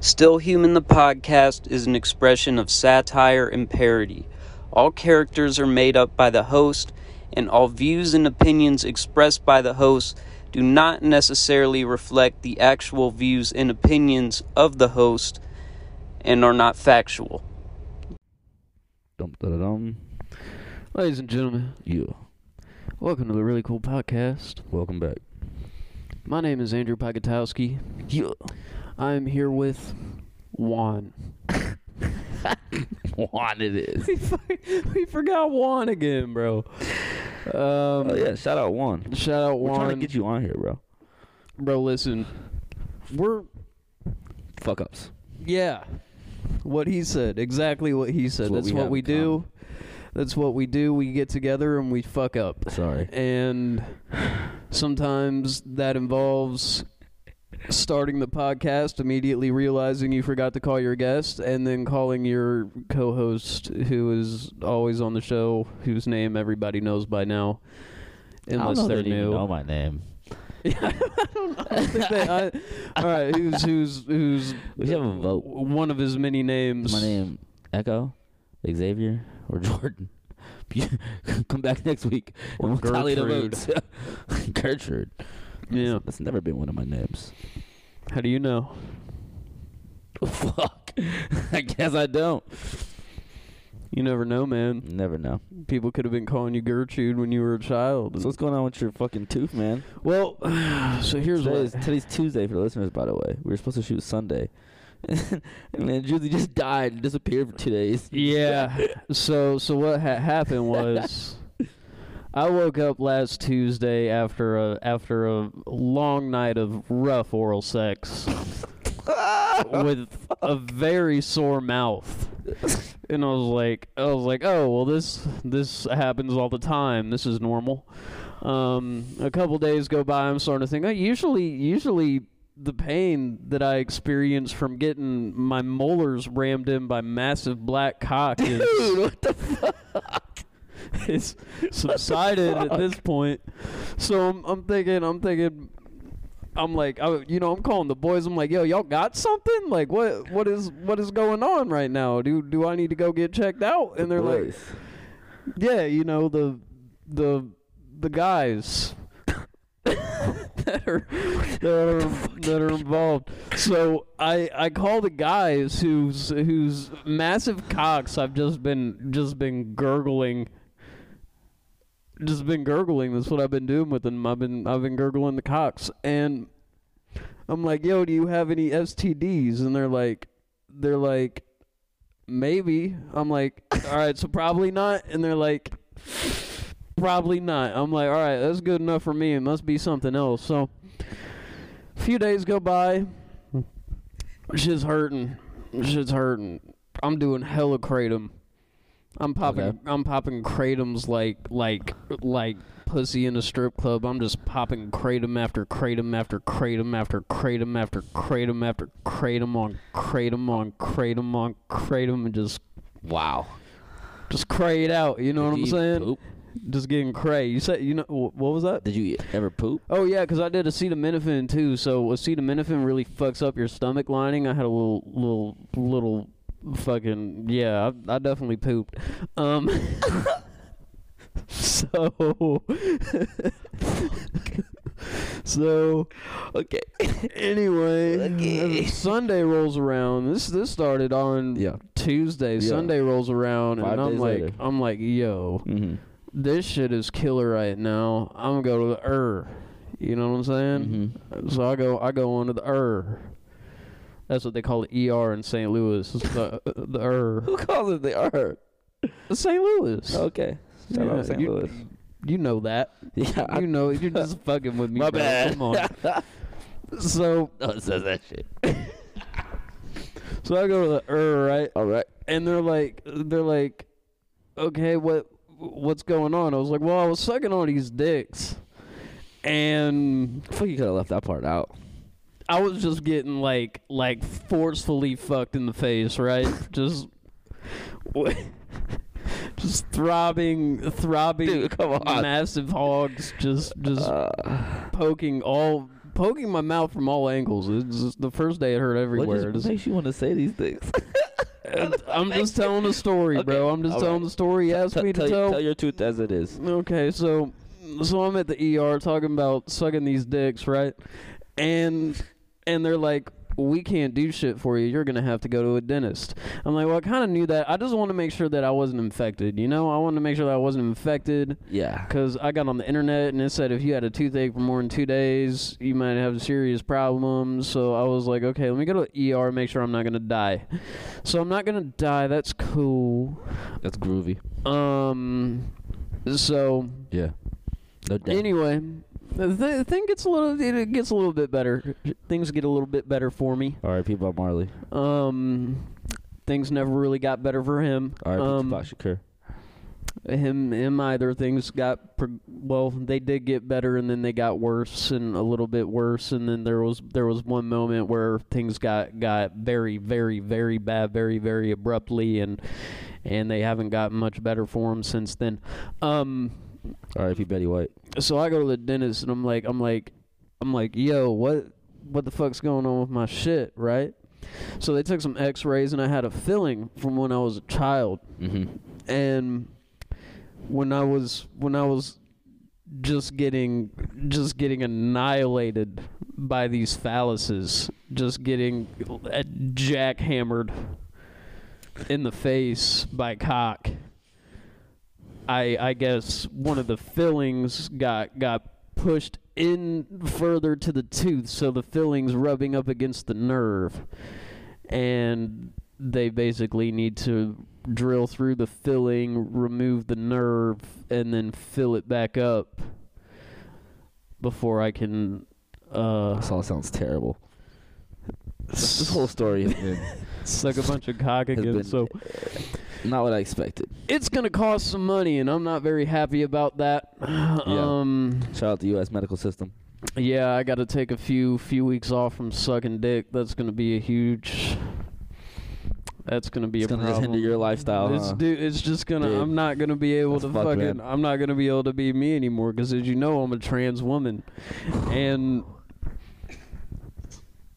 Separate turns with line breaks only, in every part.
Still Human the podcast is an expression of satire and parody. All characters are made up by the host, and all views and opinions expressed by the host do not necessarily reflect the actual views and opinions of the host and are not factual.
Dum da da dum. Ladies and gentlemen, yeah. Welcome to the really cool podcast.
Welcome back.
My name is Andrew Pogotowski.
Yeah.
I'm here with Juan.
Juan it is.
we, for- we forgot Juan again, bro. Um,
Oh yeah, shout out Juan.
Shout out
We're
Juan.
trying to get you on here, bro.
bro, listen. We're
Fuck ups.
Yeah. What he said. Exactly what he said.
It's what
That's
we
what
have
we
in
do. That's what we do. We get together and we fuck up.
Sorry.
And sometimes that involves starting the podcast, immediately realizing you forgot to call your guest, and then calling your co host, who is always on the show, whose name everybody knows by now. Unless
I don't know
they're
if they
new.
Even know my name.
I don't think they- I- all right, who's who's who's
We should have a vote.
One of his many names.
Is my name Echo, Xavier, or Jordan? Come back next week
Or
and we'll tally the
Gertrude.
votes. Gertrude.
Yeah.
That's never been one of my names.
How do you know?
Fuck. I guess I don't.
You never know, man.
Never know.
People could have been calling you Gertrude when you were a child.
So what's going on with your fucking tooth, man?
well, so here's
Today's,
what.
today's Tuesday for the listeners, by the way. We were supposed to shoot Sunday. and then Julie just died and disappeared for two days.
Yeah. so so what ha- happened was I woke up last Tuesday after a after a long night of rough oral sex with a very sore mouth. And I was like I was like, "Oh, well this this happens all the time. This is normal." Um a couple days go by, I'm starting to think, "Oh, usually usually the pain that I experience from getting my molars rammed in by massive black cock is
Dude, what the
it's subsided at this point. So I'm, I'm thinking, I'm thinking, I'm like, I, you know, I'm calling the boys. I'm like, yo, y'all got something? Like, what, what is, what is going on right now? Do, do I need to go get checked out? And they're like,
Boys.
yeah, you know, the, the, the guys. that are that are, that are involved. So I I call the guys whose whose massive cocks I've just been just been gurgling just been gurgling. That's what I've been doing with them. I've been I've been gurgling the cocks, and I'm like, "Yo, do you have any STDs?" And they're like, they're like, maybe. I'm like, all right, so probably not. And they're like, probably not. I'm like, all right, that's good enough for me. It must be something else. So a few days go by. Shit's hurting. Shit's hurting. I'm doing hella kratom. I'm popping.
Okay.
I'm popping kratoms like like like pussy in a strip club. I'm just popping kratom after kratom after kratom after kratom after kratom after kratom on kratom on kratom on kratom and just
Wow.
just cray it out. You know what
Did
I'm
you
saying?
poop?
Just getting cray. You said you know wh- what was that?
Did you ever poop?
Oh yeah, 'cause I did acetaminophen too. So acetaminophen really fucks up your stomach lining. I had a little little little fucking yeah. I, I definitely pooped. Um. so. so.
Okay.
Anyway,
Okay.
Sunday rolls around. This this started on
Yeah.
Tuesday.
Yeah.
Sunday rolls around,
Five
and I'm
days
like,
later.
I'm like, yo,
Mm-hmm.
this shit is killer right now. I'm gonna go to the er. You know what I'm saying?
Mm-hmm.
So I go I go onto the er. That's what they call the ER in St. Louis. is The, the er.
Who calls it the R?
St. Louis.
Okay. Shout
Yeah,
out St.
you-
Louis.
You know that.
Yeah. I
You know you're just fucking with me.
My
bro.
bad.
Come on. so
know it says that shit.
so I go to the er right,
All right.
and they're like they're like, okay, what what's going on? I was like, well, I was sucking on these dicks, and
I think you could have left that part out.
I was just getting like like forcefully fucked in the face, right? just just throbbing throbbing
Dude, come on.
massive hogs just just
Uh,
poking all poking my mouth from all angles. It's just- the first day it hurt everywhere.
What
Just,
just makes you want to say these things?
I'm just telling the story, bro. I'm just
all
telling
right.
the story. You asked
Tell-
me to
tell,
tell.
tell your truth as it is.
Okay, so so I'm at the ER talking about sucking these dicks, right? And and they're like, "We can't do shit for you. You're gonna have to go to a dentist." I'm like, "Well, I kind of knew that. I just want to make sure that I wasn't infected. You know, I wanted to make sure that I wasn't infected."
Yeah.
Because I got on the internet and it said if you had a toothache for more than two days, you might have serious problems. So I was like, okay, let me go to the ER, make sure I'm not going to die. So I'm not going to die. That's cool.
That's groovy.
Um, so
Yeah. No doubt.
anyway, the, thi- the thing gets a little, it gets a little bit better. Things get a little bit better for me.
R.I.P. Bob Marley.
Um, things never really got better for him.
R.I.P.
Um,
Tupac Shakur.
him him either things got pro- well they did get better and then they got worse and a little bit worse and then there was there was one moment where things got got very very very bad very very abruptly and and they haven't gotten much better for him since then um
R.I.P. Betty White.
so I go to the dentist and I'm like, I'm like, I'm like, yo, what, what the fuck's going on with my shit, right? So they took some X-rays and I had a filling from when I was a child,
Mhm.
and when I was when I was just getting just getting annihilated by these phalluses, just getting uh, jackhammered in the face by cock. I I guess one of the fillings got got pushed in further to the tooth, so the fillings rubbing up against the nerve, and they basically need to drill through the filling, remove the nerve, and then fill it back up before I can. Uh,
This all sounds terrible. This this whole story has been
suck a bunch of cock
Has
again.
been-
so
not what I expected.
it's gonna cost some money, and I'm not very happy about that. Um,
Shout out to U.S. medical system.
Yeah, I got to take a few few weeks off from sucking dick. That's gonna be a huge. That's gonna be
It's
a
gonna
problem.
just hinder your lifestyle.
it's,
huh?
dude, it's just gonna.
Dude.
I'm not gonna be able
That's
to
fucked,
fucking.
man.
I'm not gonna be able to be me anymore because, as you know, I'm a trans woman, and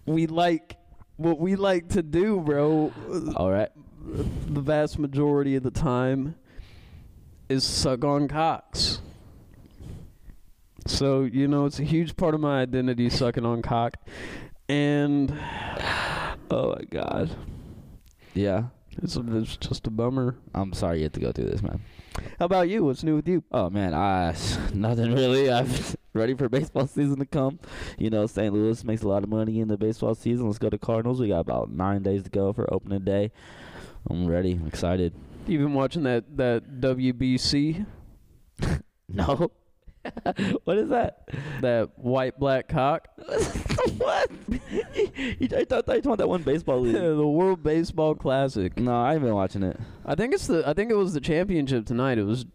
we like what we like to do, bro.
all right.
The vast majority of the time is suck on cocks. So you know, it's a huge part of my identity sucking on cock, and
Oh my God. Yeah.
it's, it's just a bummer.
I'm sorry you had to go through this, man.
How about you? What's new with you?
Oh man, I nothing really. I'm ready for baseball season to come. You know, St. Louis makes a lot of money in the baseball season. Let's go to Cardinals. We got about nine days to go for opening day. I'm ready. I'm excited.
You've been watching that that WBC,
No. what is that?
that white black cock,
what? you, I thought you want that one baseball league.
the World Baseball Classic.
no, I haven't been watching it.
I think it's the I think it was the championship tonight. It was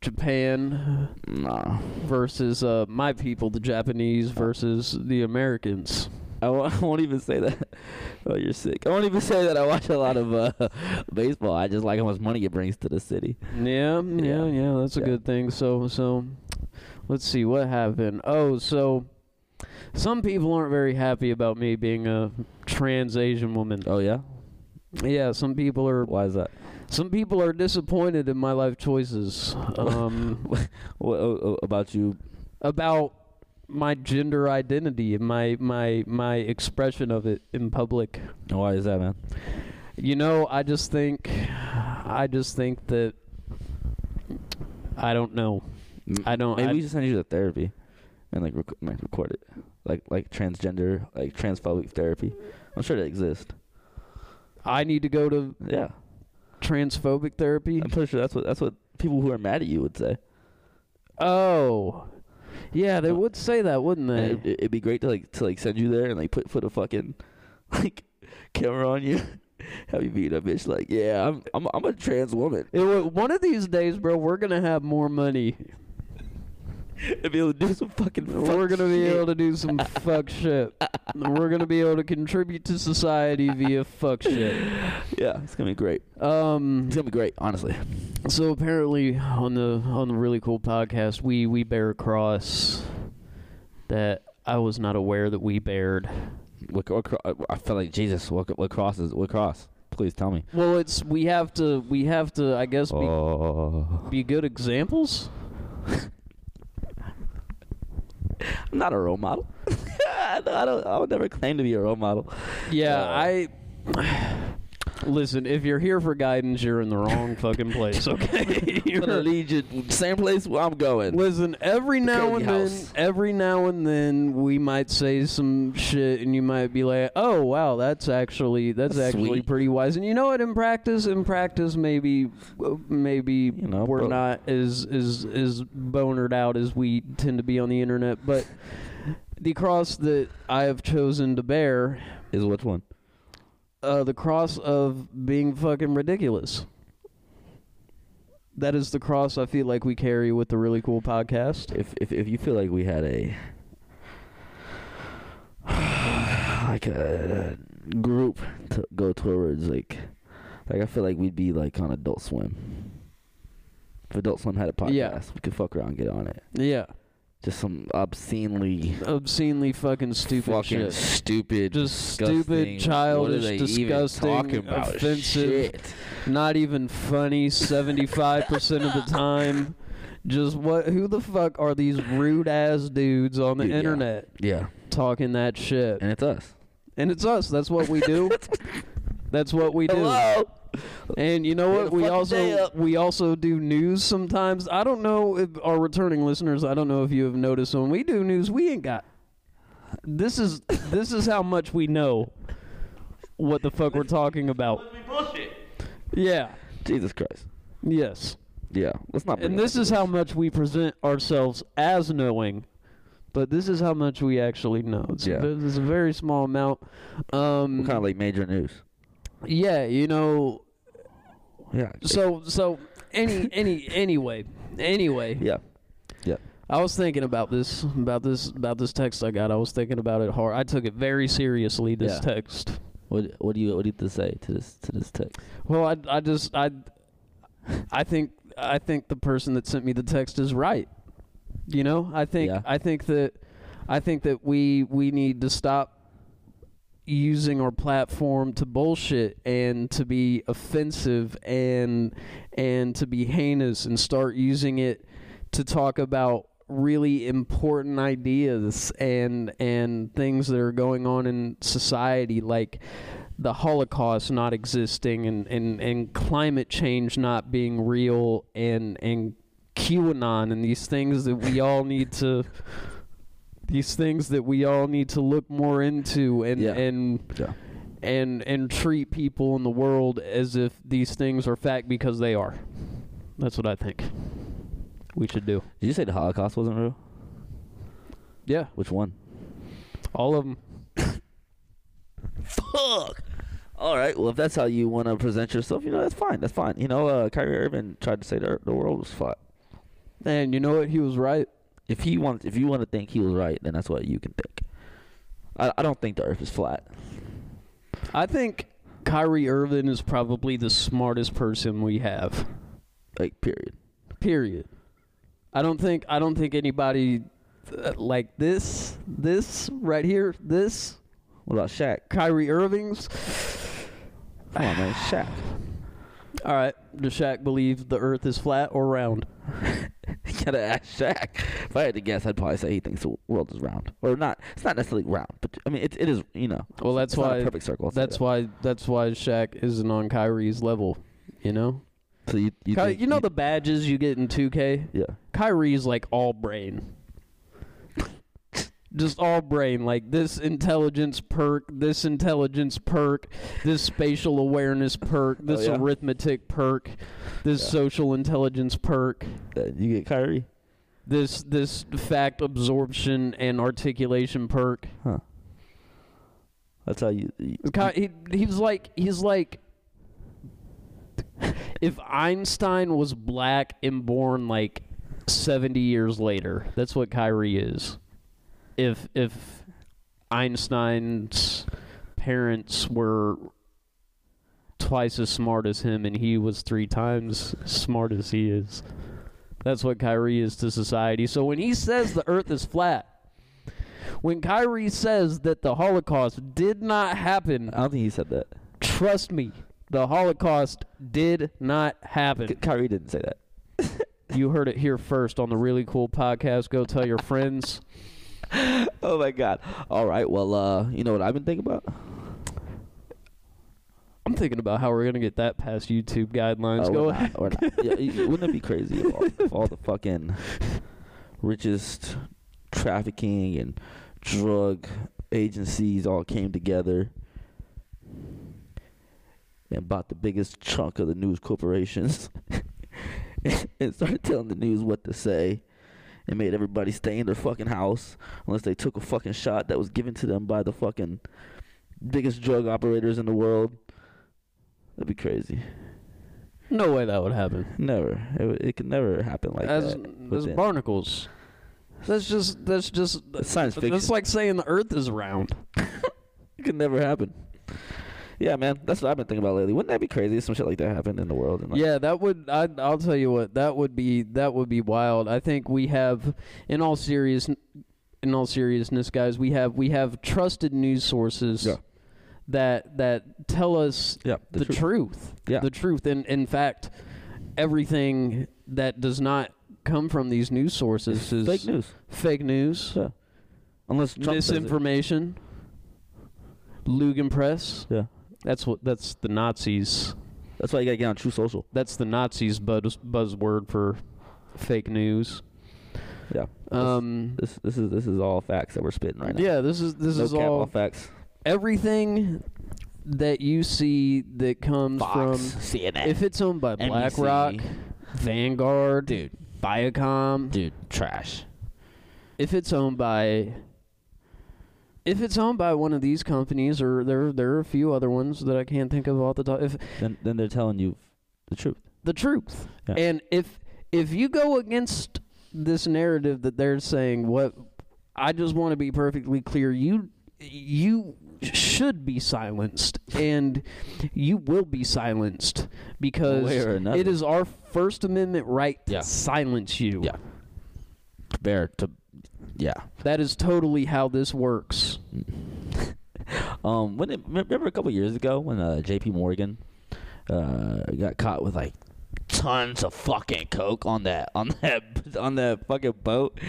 Japan
Nah.
versus uh, my people, the Japanese versus the Americans.
I w- I won't even say that. Oh, you're sick. I won't even say that I watch a lot of uh, baseball. I just like how much money it brings to the city.
Yeah, yeah,
Yeah.
yeah. That's a
Yeah.
good thing. So, so let's see what happened. Oh, so some people aren't very happy about me being a trans Asian woman.
Oh yeah.
Yeah, some people are.
Why is that?
Some people are disappointed in my life choices. Um,
What oh, about you?
about my gender identity and my my my expression of it in public.
Why is that, man?
You know, I just think, I just think that I don't know. I don't.
Maybe
I-
we should send you to therapy, and like, rec- like record it, like like transgender, like transphobic therapy. I'm sure that exists.
I need to go to
Yeah,
transphobic therapy.
I'm pretty sure that's what that's what people who are mad at you would say.
Oh, yeah, they would say that, wouldn't
And
they?
It, would be great to like to like send you there and like put put a fucking like camera on you, have you beat a bitch like yeah I'm I'm I'm a trans woman.
It would, one of these days, bro, we're gonna have more money.
and be able to do some fucking.
We're gonna be able to do some fuck shit. We're gonna be able to contribute to society via fuck shit.
Yeah, it's gonna be great.
Um,
It's gonna be great, honestly.
so apparently on the on the really cool podcast, we we bear across that I was not aware that we bared.
What, what, cro- uh, I feel like Jesus. What, what cross is what cross? Please tell me.
Well, it's we have to we have to I guess be,
Oh,
be good examples.
I'm not a role model. I don't- I don't. I would never claim to be a role model.
Yeah,
Uh,
I. Listen, if you're here for guidance, you're in the wrong fucking place. Okay.
I'm gonna
You're-
lead you same place where I'm going.
listen, every now
Cody
and then,
House.
every now and then, we might say some shit, and you might be like, "Oh, wow, that's actually that's,
That's
actually
sweet."
pretty wise." And you know what? In practice, in practice, maybe uh, maybe
You know,
we're
but-
not as as as bonered out as we tend to be on the internet, but. The cross that I have chosen to bear
Is which one?
uh, the cross of being fucking ridiculous. That is the cross I feel like we carry with the really cool podcast.
If if if you feel like we had a like a group to go towards, like like I feel like we'd be like on Adult Swim. If Adult Swim had a podcast,
Yeah.
we could fuck around, and get on it.
Yeah,
Just some obscenely
obscenely fucking stupid
fucking
shit.
stupid,
Just
disgusting-
stupid, childish,
what are they
disgusting,
even talking about?
offensive,
Shit.
not even funny. Seventy-five percent of the time, just what? Who the fuck are these rude ass dudes on the
Dude, yeah.
internet
Yeah,
talking that shit?
and it's us.
And it's us. That's what we do. That's what we do.
Hello.
And you know
Yeah,
what?
the
We
fucking day
also
up.
we also do news sometimes. I don't know if our returning listeners. I don't know if you have noticed when we do news, we ain't got. This is this is how much we know what the fuck we're talking about. Yeah.
Jesus Christ.
Yes.
Yeah, let's not. bring
And
it
this
up.
is how much we present ourselves as knowing, but this is how much we actually know. It's,
Yeah.
a, ve- it's a very small amount. Um,
We're kind of like major news.
yeah, you know.
Yeah.
So so any any anyway anyway.
yeah.
I was thinking about this, about this, about this text I got. I was thinking about it hard. I took it very seriously. This
Yeah.
text.
What What do you What do you have to say to this to this text?
Well, I, I just, I, I think, I think the person that sent me the text is right. You know, I think,
Yeah.
I think that, I think that we we need to stop using our platform to bullshit and to be offensive and and to be heinous and start using it to talk about really important ideas and and things that are going on in society like the Holocaust not existing and, and, and climate change not being real and and QAnon and these things that we all need to these things that we all need to look more into and
Yeah.
and
Yeah.
and and treat people in the world as if these things are fact because they are. That's what I think we should do.
Did you say the Holocaust wasn't real?
Yeah,
Which one?
all of them.
Fuck. All right. Well, if that's how you want to present yourself, you know that's fine. That's fine. You know, uh, Kyrie Irving tried to say the, the world was flat.
And you know what? He was right.
If he wants, if you want to think he was right, then that's what you can think. I, I don't think the Earth is flat.
I think Kyrie Irving is probably the smartest person we have.
Like, period.
Period. I don't think I don't think anybody uh, like this this right here this
What about Shaq?
Kyrie Irving's.
Come on, man, Shaq.
All right, does Shaq believe the Earth is flat or round?
You gotta ask Shaq. If I had to guess, I'd probably say he thinks the world is round, or not. It's not necessarily round, but I mean, it, it is. You know.
Well, that's
it's not
why-
a perfect circle. I'll say
That's
that.
why that's why Shaq isn't on Kyrie's level. You know,
So you you,
you, Ky-
think-
you know the badges you get in 2K.
yeah.
Kyrie's like all brain. Just all brain, like this intelligence perk, this intelligence perk, this spatial awareness perk, this
Oh, yeah?
arithmetic perk, this
Yeah.
social intelligence perk,
that Uh, you get Kyrie.
this this fact absorption and articulation perk.
That's how you. you
Ki- he, he's like he's like if Einstein was black and born like 70 years later. That's what Kyrie is. If if Einstein's parents were twice as smart as him and he was three times smart as he is. That's what Kyrie is to society. So when he says the earth is flat, When Kyrie says that the Holocaust did not happen,
I don't think he said that.
trust me, the Holocaust did not happen.
K- Kyrie didn't say that.
You heard it here first on the really cool podcast. Go tell your friends.
Oh my god. All right. Well, uh, you know what I've been thinking about?
I'm thinking about how we're gonna get that past YouTube guidelines.
Oh,
Go
we're
ahead.
not, we're not. Yeah, y- y- wouldn't it be crazy if all, if all the fucking richest trafficking and drug agencies all came together and bought the biggest chunk of the news corporations and started telling the news what to say and made everybody stay in their fucking house unless they took a fucking shot that was given to them by the fucking biggest drug operators in the world. That'd be crazy.
No way that would happen.
Never. It, w- it could never happen like
as
that.
as
within-
barnacles. That's just that's just
It's science fiction.
that's like saying the Earth is round.
it could never happen. Yeah, man. That's what I've been thinking about lately. Wouldn't that be crazy if some shit like that happened in the world? And like,
Yeah, that would I I'll tell you what that would be that would be wild. I think we have in all serious in all seriousness, guys, we have we have trusted news sources
Yeah.
that that tell us
yeah, the,
the,
truth.
truth.
Yeah.
The truth. And in fact, everything that does not come from these news sources is
Fake news.
fake news,
Yeah. Unless Trump says it.
misinformation, Lugan Press.
Yeah.
That's what that's the Nazis.
That's why you gotta get on True Social.
That's the Nazis buzz buzzword for fake news.
Yeah.
Um
This this is this is all facts that we're spitting right now.
yeah, this is this
no
is
cap,
all
facts.
everything that you see that comes from
CNN,
if it's owned by
NBC.
BlackRock, Vanguard, dude, Viacom,
Dude, trash.
if it's owned by if it's owned by one of these companies or there there are a few other ones that I can't think of off the top if
then then they're telling you the truth.
the truth.
Yeah.
And if if you go against this narrative that they're saying what I just want to be perfectly clear you you should be silenced and you will be silenced because
Way or another.
it is our first amendment right to
Yeah.
silence you.
Yeah. Bear to, yeah.
That is totally how this works.
Um, when it, remember a couple years ago when uh, J.P. Morgan uh, got caught with like tons of fucking coke on that on that on that fucking boat,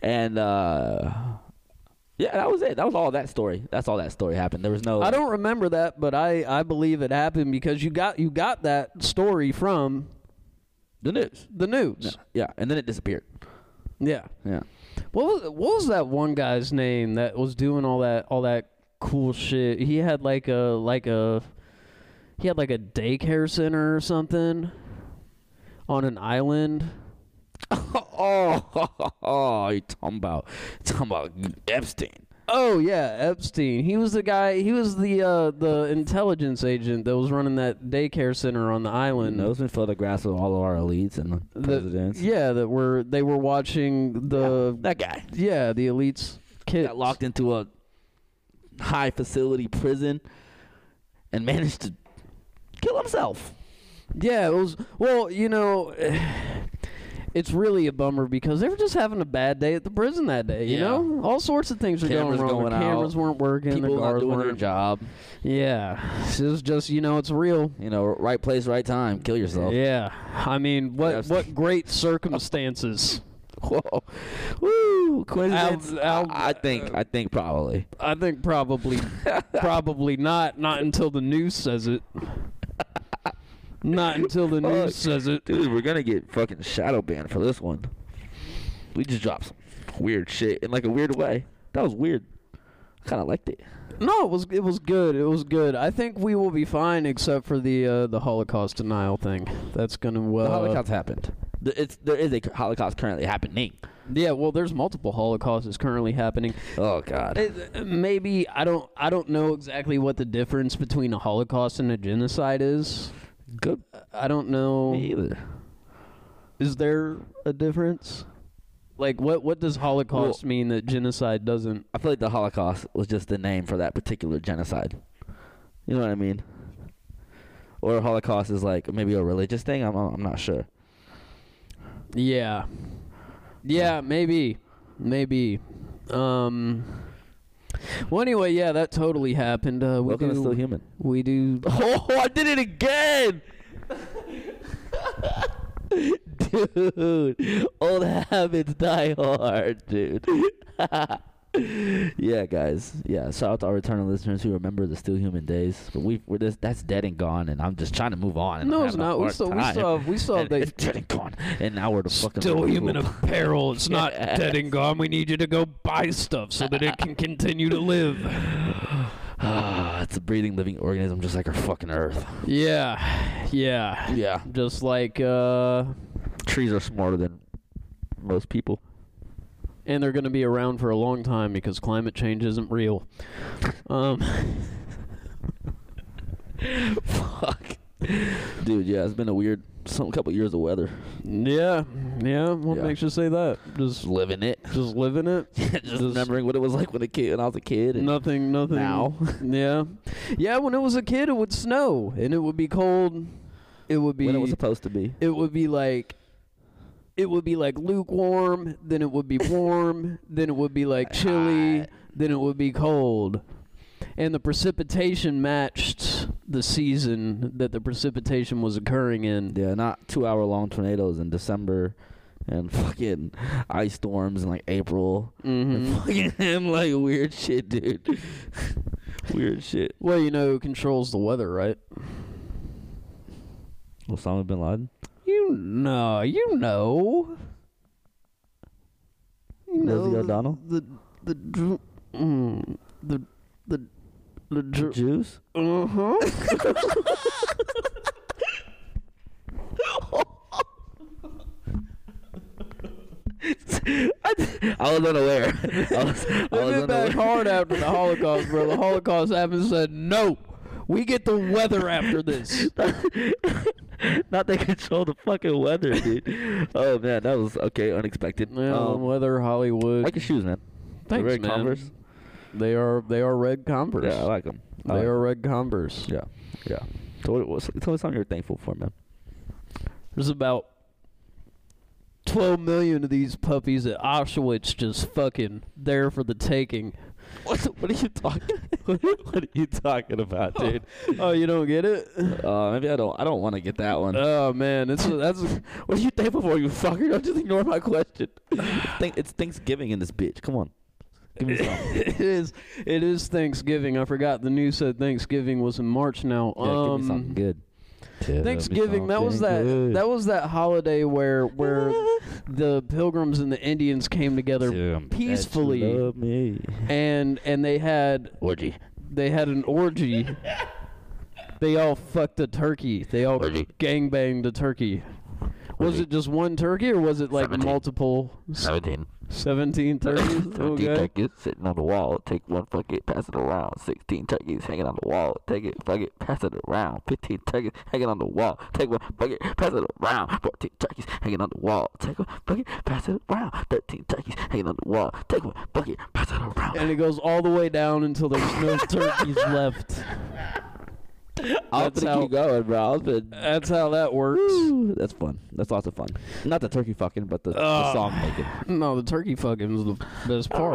and uh, yeah, that was it. That was all that story. That's all that story happened. There was no.
I don't remember that, but I, I believe it happened because you got you got that story from
the news.
the
No,
news.
yeah, and then it disappeared.
Yeah.
Yeah,
What was what was that one guy's name that was doing all that all that cool shit? He had like a like a he had like a daycare center or something on an island.
oh, you talking about talking about Epstein?
Oh yeah, Epstein. He was the guy. He was the uh, the intelligence agent that was running that daycare center on the island.
And those been photographs of all of our elites and the
Mm. The-
presidents.
Yeah, uh, that were they were watching the
that guy.
yeah the elites kids.
got locked into a high facility prison and managed to kill himself.
Yeah, it was. Well, you know, it's really a bummer because they were just having a bad day at the prison that day. You
Yeah.
know, all sorts of things were
Cameras
going wrong.
going
the cameras
out,
weren't working.
People
the
not
guards
doing their
weren't-
job.
Yeah, it was just you know, it's real.
You know, right place, right time. Kill yourself.
Yeah, I mean, what
Yes.
what great circumstances.
Whoa, woo, coincidence.
Al- Al-
I I think, I think probably.
I think probably, probably not. Not until the news says it. Not until the
Fuck.
news says it.
Dude, we're gonna get fucking shadow banned for this one. We just dropped some weird shit in like a weird way. That was weird. Kind of liked it.
No, it was it was good. It was good. I think we will be fine, except for the uh, the Holocaust denial thing. That's gonna uh, well.
the Holocaust happened. The- It's there is a Holocaust currently happening.
Yeah, well, there's multiple Holocausts currently happening.
Oh God.
It- maybe I don't I don't know exactly what the difference between a Holocaust and a genocide is.
Good.
I don't know.
either.
Is there a difference? Like what what does Holocaust mean that genocide doesn't?
I feel like the Holocaust was just the name for that particular genocide. You know what I mean? Or Holocaust is like maybe a religious thing. I'm I'm not sure.
Yeah. Yeah, maybe. Maybe. Um Well, anyway, yeah, that totally happened. Uh, we
Welcome
do,
to Still Human.
we do.
Oh, I did it again! dude, old habits die hard, dude. yeah, guys. Yeah, shout out to our returning listeners who remember the still human days. But we, we're just that's dead and gone, and I'm just trying to move on. And
No,
I'm
it's
having a
not. We
hard
still, we
time.
still have, we still have
And
the
it's dead and gone, and now we're the fucking
still human
Liverpool.
apparel. It's not dead and gone. We need you to go buy stuff so that it can continue to live.
Ah, it's a breathing, living organism, just like our fucking Earth.
Yeah, yeah.
Yeah,
Just like, uh,
trees are smarter than most people.
and they're going to be around for a long time because climate change isn't real. Um,
Fuck. Dude, yeah, it's been a weird some couple years of weather.
yeah, yeah. What
Yeah.
makes you say that? Just,
Just living it.
just living it.
just, remembering what it was like when a kid when I was a kid and
Nothing, nothing.
now.
Yeah. Yeah, when it was a kid, it would snow and it would be cold. It would be
when it was supposed to be.
it would be like it would be like lukewarm, then it would be warm, then it would be like chilly,
Hot.
then it would be cold. And the precipitation matched the season that the precipitation was occurring in.
Yeah, not two hour long tornadoes in December and fucking ice storms in like April.
hmm
And fucking him like weird shit, dude. weird shit.
Well, you know who controls the weather, right?
Osama bin Laden?
You know, you know. You
Rosie
know
O'Donnell?
The the dr- mm, the the the dr-
Jews?
uh-huh.
I was unaware. I was, I
They
was
went
unaware.
back hard after the Holocaust, bro. The Holocaust happened and said, no, we get the weather after this.
Not they control the fucking weather, dude. oh man, that was okay, unexpected.
Yeah,
um,
weather, Hollywood.
like your shoes, man.
Thanks,
Red
man.
Converse.
They are they are red Converse.
Yeah, I like them.
they are red Converse.
Yeah, yeah. So what, what's, tell me something you're thankful for, man.
There's about 12 million of these puppies at Auschwitz just fucking there for the taking.
What? What are you talking? what are you talking about, dude?
Oh, you don't get it?
Uh, maybe I don't. I don't want to get that one.
Oh man, it's that's
what are you thankful for, you fucker? Don't just ignore my question. Thank, it's Thanksgiving in this bitch. Come on, give me something.
it is it is Thanksgiving. I forgot the news said Thanksgiving was in March now. Um,
Yeah, give me something good. Tell me
Thanksgiving. That was that.
something good.
That was that holiday where where the pilgrims and the Indians came together
Damn.
peacefully,
Love me.
and and they had
Orgy.
they had an orgy. They all fucked a turkey. They all
Orgy.
gangbanged a turkey. Was
Orgy.
it just one turkey or was it like
Seventeen.
multiple s-
17.
17 turkeys?
17
Okay.
turkeys sitting on the wall. Take one, fuck it, pass it around. 16 turkeys hanging on the wall. Take it, fuck it, pass it around. 15 turkeys hanging on the wall. Take one, fuck it, pass it around. 14 turkeys hanging on the wall. Take one, fuck it, pass it around. 13 turkeys hanging on the wall. Take one, fuck it, pass it around.
And it goes all the way down until there's no turkeys left.
I was
That's
gonna
how-
keep going, bro. I was gonna
That's how that works.
Ooh, that's fun. That's lots of fun. Not the turkey fucking, but the, the
Ugh.
song making.
No, the turkey fucking is the best
I don't know.
part.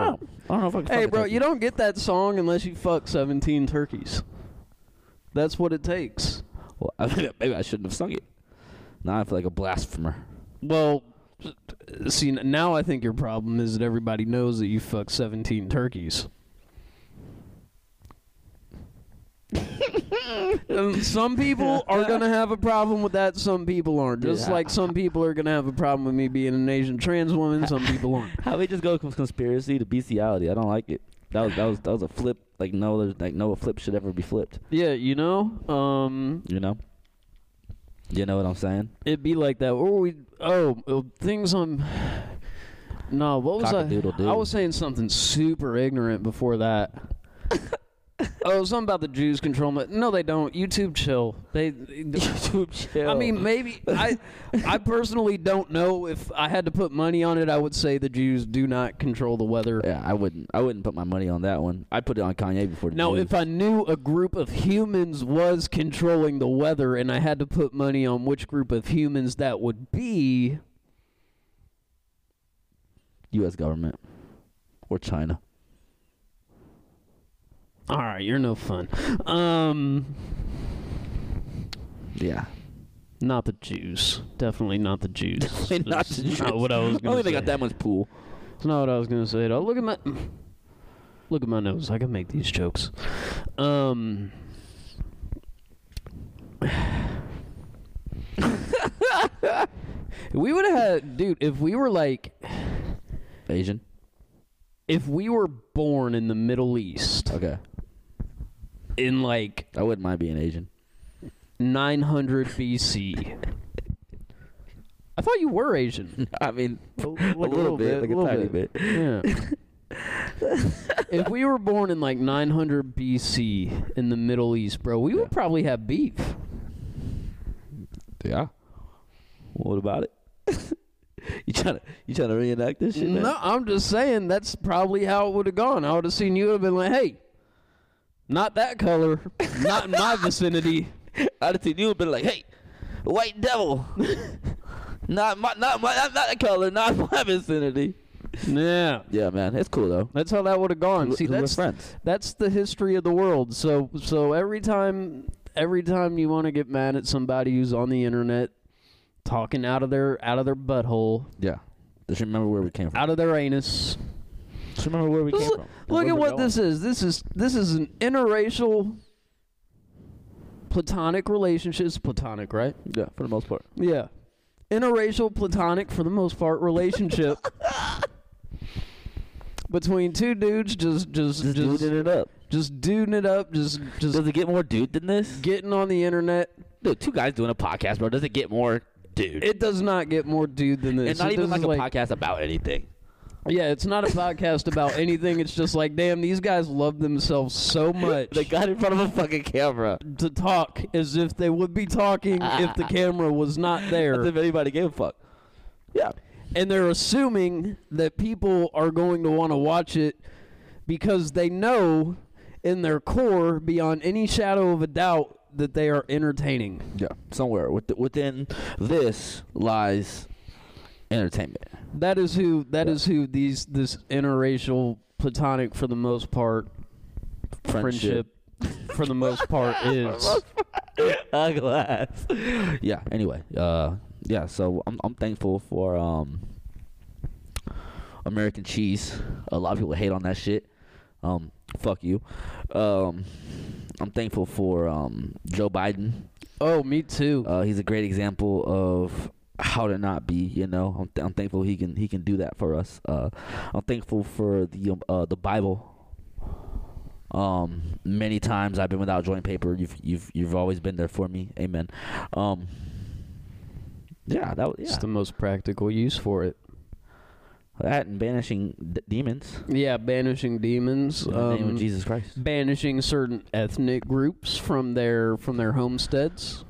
I don't know if I can
Hey,
fuck a
bro,
turkey.
you don't get that song unless you fuck 17 turkeys. That's what it takes.
Well, I mean, maybe I shouldn't have sung it. Now I feel like a blasphemer.
Well, s- see, n- now I think your problem is that everybody knows that you fuck 17 turkeys. And some people are going to have a problem with that. Some people aren't. Just
Yeah.
like some people are going to have a problem with me being an Asian trans woman, some people aren't.
How we just go from conspiracy to bestiality? I don't like it. That was that was that was a flip. Like no, there's like no flip should ever be flipped.
Yeah, you know? Um,
You know. You know what I'm saying?
It'd be like that. What were we? Oh, uh, things on. No, what was I?
Cock-a-doodle-doo.
I was saying something super ignorant before that. oh, something about the Jews control. My, no, they don't. YouTube chill. They. YouTube
chill.
I mean, maybe I. I personally don't know if I had to put money on it. I would say the Jews do not control the weather.
Yeah, I wouldn't. I wouldn't put my money on that one. I put it on Kanye before. the
Now,
Jews.
if I knew a group of humans was controlling the weather and I had to put money on which group of humans that would be,
U.S. government or China.
All right, you're no fun. Um,
Yeah.
not the Jews. Definitely not the Jews.
Definitely not the
That's
Jews.
what I was
I don't
going
think they
to say.
got that much pool.
That's not what I was going to say. Though. Look at my look at my nose. I can make these jokes. Um. we would have had, dude. If we were like,
Asian.
if we were born in the Middle East
Okay.
in like
I wouldn't mind being Asian.
900 BC. I thought you were Asian.
I mean,
A,
a little, bit, like a tiny bit.
Yeah. if we were born in like 900 BC in the Middle East, bro, we would probably have beef.
Yeah. What about it? you trying to you trying to reenact this shit? man?
No, I'm just saying that's probably how it would have gone. I would have seen you would have been like, hey, not that color, not in my vicinity.
I'd have seen you and been like, "Hey, white devil, not my, not my, not, not the color, not my vicinity."
Yeah.
Yeah, man, it's cool though.
That's how that would have gone.
Who-
See,
who were
that's
friends.
that's the history of the world. So so every time every time you want to get mad at somebody who's on the internet talking out of their out of their butthole,
Yeah, just remember where we came from.
out of their anus.
Just remember where we came
Look,
from.
look at what this is. This is this is an interracial platonic relationship. It's platonic, right?
Yeah, for the most part.
Yeah. Interracial platonic for the most part relationship between two dudes just just
Just,
just
duding it up.
just doing it up, just just
Does it get more dude than this?
getting on the internet.
Dude, two guys doing a podcast, bro. Does it get more dude?
It does not get more dude than this.
and not
It-
even
this
like
is
a podcast about anything.
Yeah, it's not a podcast about anything. It's just like, damn, these guys love themselves so much
They got in front of a fucking camera.
to talk as if they would be talking if the camera was not
As
there.
if anybody gave a fuck. Yeah.
And they're assuming that people are going to want to watch it because they know in their core, beyond any shadow of a doubt, that they are entertaining.
Yeah, somewhere with- within this lies entertainment.
That is who. That is who these this interracial platonic, for the most part, friendship,
Friendship.
for the most part, is.
A glass. yeah. Anyway, uh, yeah. So I'm I'm thankful for um American cheese. A lot of people hate on that shit. Um, fuck you. Um, I'm thankful for um Joe Biden.
Oh, me too.
Uh, he's a great example of how to not be. You know, I'm, th- I'm thankful he can he can do that for us. Uh, I'm thankful for the um, uh, the Bible. Um, many times I've been without joint paper. You've you've you've always been there for me. Amen. Um, yeah, that was
It's
yeah.
the most practical use for it.
that and banishing d- demons
Yeah, banishing demons.
in the name
um,
of Jesus Christ.
Banishing certain ethnic groups from their from their homesteads.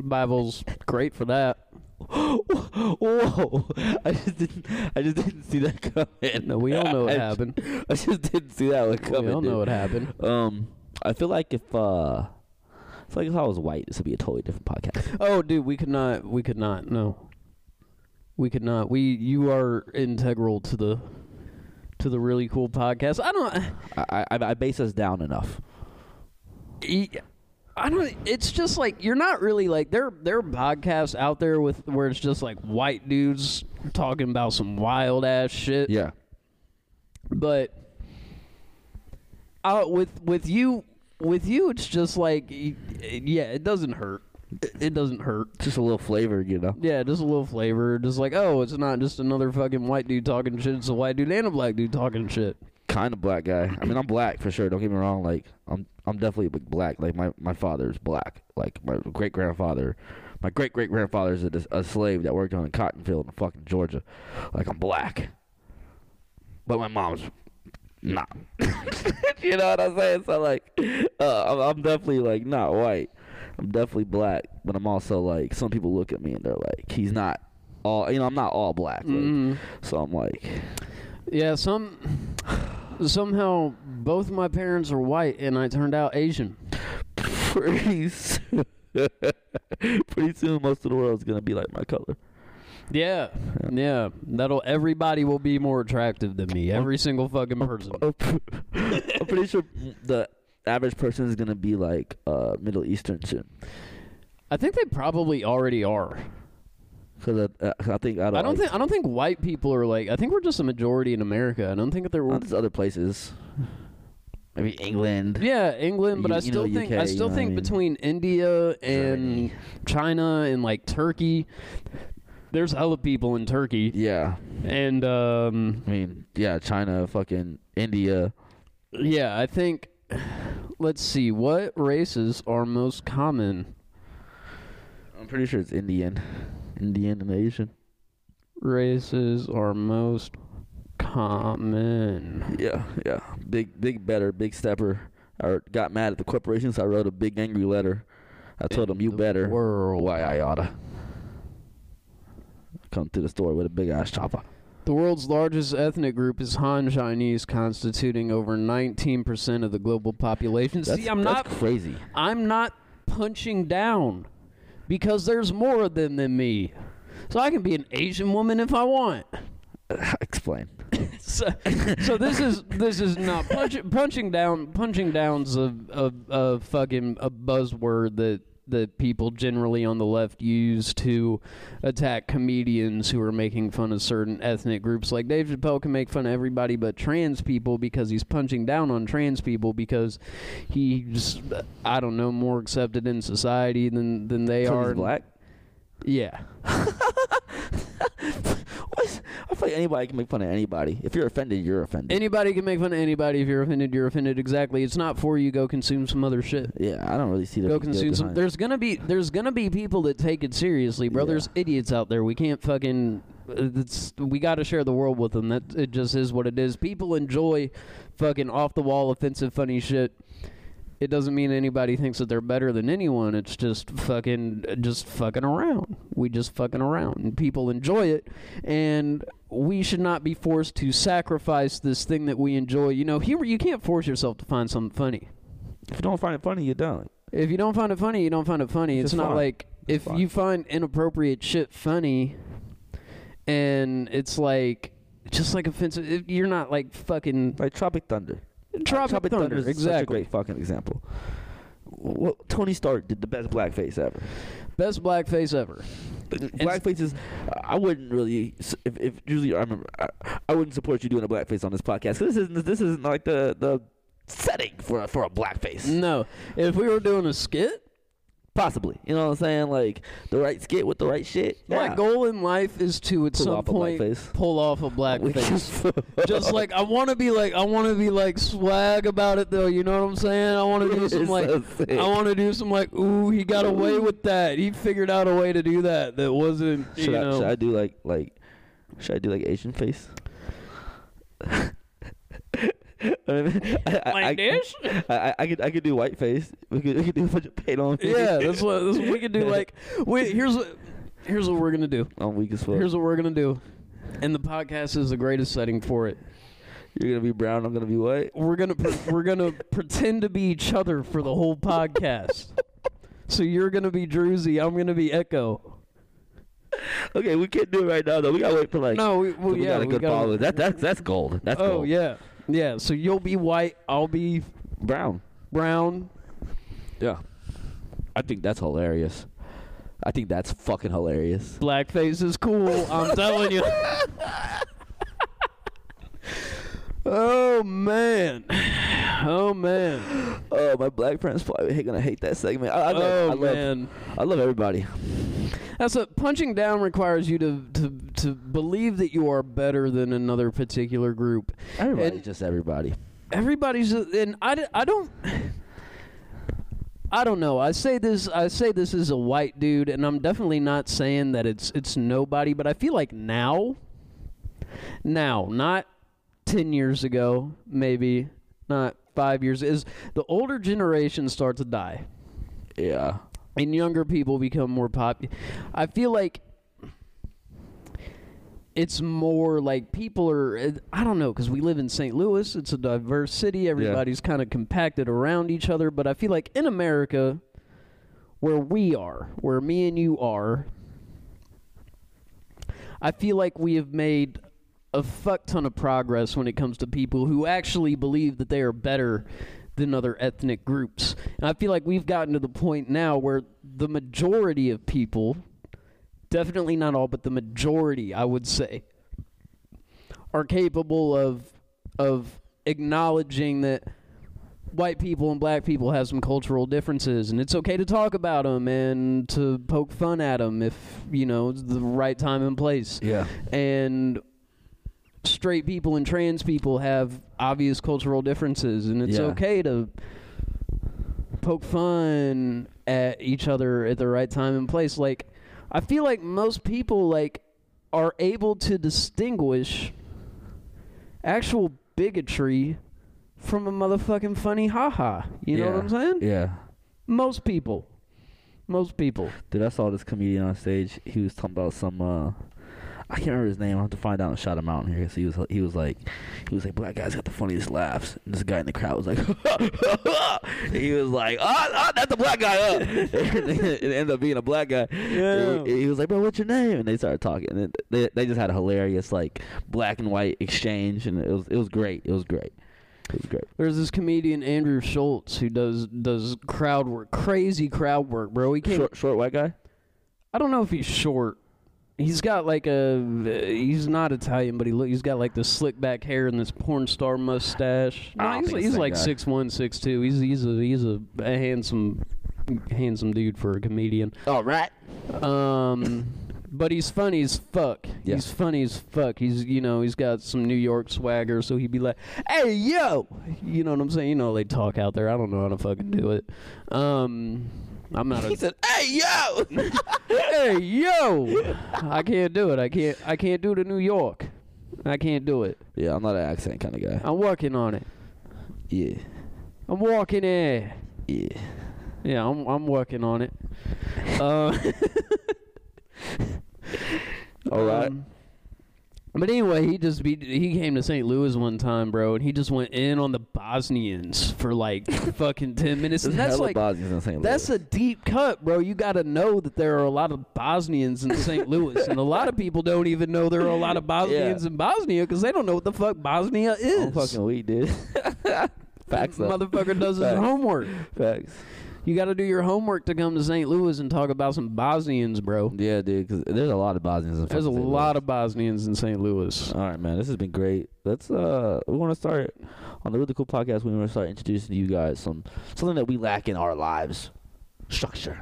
Bible's great for that.
Whoa! I just didn't I just didn't see that coming.
No, we all know
I
it
just-
happened.
I just didn't see that one
We
coming.
all
dude.
know it happened.
Um, I feel like if uh, it's like if I was white, this would be a totally different podcast.
Oh, dude, we could not. We could not. No, we could not. We you are integral to the to the really cool podcast. I don't.
I I, I base us down enough.
E- I don't. It's just like you're not really like there. There are podcasts out there with where it's just like white dudes talking about some wild ass shit.
Yeah.
But uh, with with you with you, it's just like y- yeah, it doesn't hurt. It- It doesn't hurt.
Just a little flavor, you know.
Yeah, just a little flavor. Just like oh, it's not just another fucking white dude talking shit. It's a white dude and a black dude talking shit.
Kind of black guy. I mean, I'm black for sure. Don't get me wrong. Like, I'm I'm definitely like, black. Like my my father's black. Like my great grandfather, my great great grandfather's a, dis- a slave that worked on a cotton field in fucking Georgia. Like I'm black, but my mom's not. you know what I'm saying? So like, uh, I'm, I'm definitely like not white. I'm definitely black, but I'm also like some people look at me and they're like, he's not all. You know, I'm not all black. Like,
Mm.
So I'm like,
Yeah, some somehow both my parents are white and I turned out Asian.
pretty soon, pretty soon most of the world's gonna be like my color.
Yeah, yeah. That'll everybody will be more attractive than me. Every single fucking person.
I'm pretty sure the average person is gonna be like uh, Middle Eastern soon,
I think they probably already are.
because I, uh, I think I don't.
I don't
like-
think I don't think white people are like. I think we're just a majority in America. I don't think that
Well,
are
there's other places, maybe England.
Yeah, England, but
You-
I
you
still
know,
think
UK,
I
you know
still
what I
think
mean?
between India and
Germany.
China and like Turkey, there's hella people in Turkey,
Yeah,
and um,
I mean, yeah, China, fucking India.
yeah, I think. Let's see what races are most common
I'm pretty sure it's Indian, Indian and Asian.
races are most common.
Yeah, yeah. Big, big better, big stepper. I got mad at the corporations. I wrote a big angry letter. I told them you better.
World.
Why I oughta come to the store with a big ass chopper.
The world's largest ethnic group is Han Chinese, constituting over 19% of the global population.
That's,
See, I'm
that's
not
crazy.
I'm not punching down because there's more of them than me. So I can be an Asian woman if I want.
Explain.
So, so this is this is not punch, punching down. Punching down's a, a a fucking a buzzword that that people generally on the left use to attack comedians who are making fun of certain ethnic groups. Like Dave Chappelle can make fun of everybody but trans people because he's punching down on trans people because he's I don't know more accepted in society than than they
So he's
are.
black.
Yeah.
What? I feel like anybody can make fun of anybody. If you're offended, you're offended.
Anybody can make fun of anybody. If you're offended, you're offended. Exactly. It's not for you. Go consume some other shit.
yeah, I don't really see the
go
the
consume some.
behind-
There's gonna be there's gonna be people that take it seriously, bro.
Yeah.
There's idiots out there. We can't fucking. uh, It's, we got to share the world with them. That it just is what it is. People enjoy fucking off the wall, offensive, funny shit. It doesn't mean anybody thinks that they're better than anyone. It's just fucking, just fucking around. We just fucking around, and people enjoy it. And we should not be forced to sacrifice this thing that we enjoy. You know, humor. You can't force yourself to find something funny.
If you don't find it funny, you don't.
If you don't find it funny, you don't find it funny.
It's
It's,
just
not
fine.
like if
fine.
you find inappropriate shit funny, and it's like just like offensive. If you're not like fucking
Like Tropic Thunder.
Tropic, Thunder,
is Such a
exactly.
great fucking example. Well, Tony Stark did the best blackface ever.
Best blackface ever.
blackface is. I wouldn't really. s- If, if usually I remember, I, I wouldn't support you doing a blackface on this podcast. 'cause This isn't. This isn't like the the setting for a, for a blackface.
No, if we were doing a skit,
Possibly. You know what I'm saying? Like the right skit with the right shit.
my goal in life is to at
Pull
some
off a
point
blackface.
pull off a
We can-
blackface. just like I want to be like I want to be like swag about it though. You know what I'm saying? I want to do
You're
some
so
like
sick.
I want to do some like ooh he got away with that. He figured out a way to do that that wasn't you
Should I,
know.
should I do like like? Should I do like Asian face? I mean, I, I,
like
I-
this?
I, I, I could I could do white face. We could, we could do a bunch of paint on. face.
yeah, that's what, that's what we could do. Like wait, here's what here's what we're gonna do.
I'm weak as fuck.
Here's what we're gonna do. And the podcast is the greatest setting for it.
You're gonna be brown. I'm gonna be white.
We're gonna pre- we're gonna pretend to be each other for the whole podcast. so you're gonna be Druzy, I'm gonna be Echo.
Okay, we can't do it right now though. We gotta wait for like.
no, we, well,
we
yeah,
got a
we
good
gotta-
follow. That that's that's gold. That's
oh
gold.
yeah, yeah. So you'll be white, I'll be
brown.
brown.
Yeah, I think that's hilarious. I think that's fucking hilarious.
Blackface is cool. I'm telling you. oh man. Oh man.
Oh, my black friends probably gonna hate that segment. I, I love,
oh
I love,
man.
I love everybody.
That's a punching down requires you to, to to believe that you are better than another particular group.
Everybody,
And-
just everybody.
everybody's uh, and I, d- I don't I don't know. I say this I say this is a white dude and I'm definitely not saying that it's it's nobody, but I feel like now now, not 10 years ago, maybe not 5 years is the older generation start to die
Yeah.
and younger people become more popular. I feel like it's more like people are. I don't know because we live in St. Louis. It's a diverse city. Everybody's kind of compacted around each other. But I feel like in America, where we are, where me and you are, I feel like we have made a fuck ton of progress when it comes to people who actually believe that they are better than other ethnic groups. And I feel like we've gotten to the point now where the majority of people, definitely not all, but the majority, I would say, are capable of of acknowledging that white people and black people have some cultural differences and it's okay to talk about them and to poke fun at them if you know it's the right time and place
Yeah.
and straight people and trans people have obvious cultural differences and it's
Yeah.
okay to poke fun at each other at the right time and place like i feel like most people like are able to distinguish actual bigotry from a motherfucking funny haha you know
yeah.
what i'm saying
Yeah.
most people most people
Dude, I saw this comedian on stage. He was talking about some. uh I can't remember his name. I will have to find out and shout him out in here. So he was he was like he was like black guys got the funniest laughs. And this guy in the crowd was like, and he was like, ah, ah, that's a black guy. Huh? it ended up being a black guy. And he, and he was like, bro, what's your name? And they started talking. And then they they just had a hilarious like black and white exchange, and it was it was great. It was great. It was great.
There's this comedian Andrew Schultz who does does crowd work, crazy crowd work, bro. He can't.
Short short white guy.
I don't know if he's short. He's got like a. He's not Italian, but he look. He's got like the slick back hair and this porn star mustache.
I
No,
don't
he's,
think it's
he's
that
like
guy.
six one, six two. He's he's a he's a, a handsome, handsome dude for a comedian.
All right.
Um, but he's funny as fuck.
Yeah.
He's funny as fuck. He's you know he's got some New York swagger, so he'd be like, "Hey yo," you know what I'm saying? You know they talk out there. I don't know how to fucking do it. Um, I'm not.
He
A,
said, hey yo.
hey yo, I can't do it. I can't. I can't do the New York. I can't do it.
yeah, I'm not an accent kind of guy.
I'm working on it.
Yeah,
I'm walking there.
yeah.
Yeah, I'm I'm working on it. Uh,
All right.
Um, but anyway, he just be, he came to St. Louis one time, bro, and he just went in on the Bosnians for like fucking ten minutes, and that's like
Bosnians in St.
that's a deep cut, bro. You got to know that there are a lot of Bosnians in St. Louis, and a lot of people don't even know there are a lot of Bosnians in Bosnia because they don't know what the fuck Bosnia
I'm
is.
fucking weak, dude. Facts. up.
Motherfucker does his
Facts.
homework.
Facts.
You got to do your homework to come to St. Louis and talk about some Bosnians, bro.
Yeah, dude. Cause there's a lot of Bosnians in.
There's a lot of Bosnians in St. Louis.
All right, man. This has been great. Let's uh, we want to start on the Really Cool Podcast. We want to start introducing to you guys some something that we lack in our lives, structure.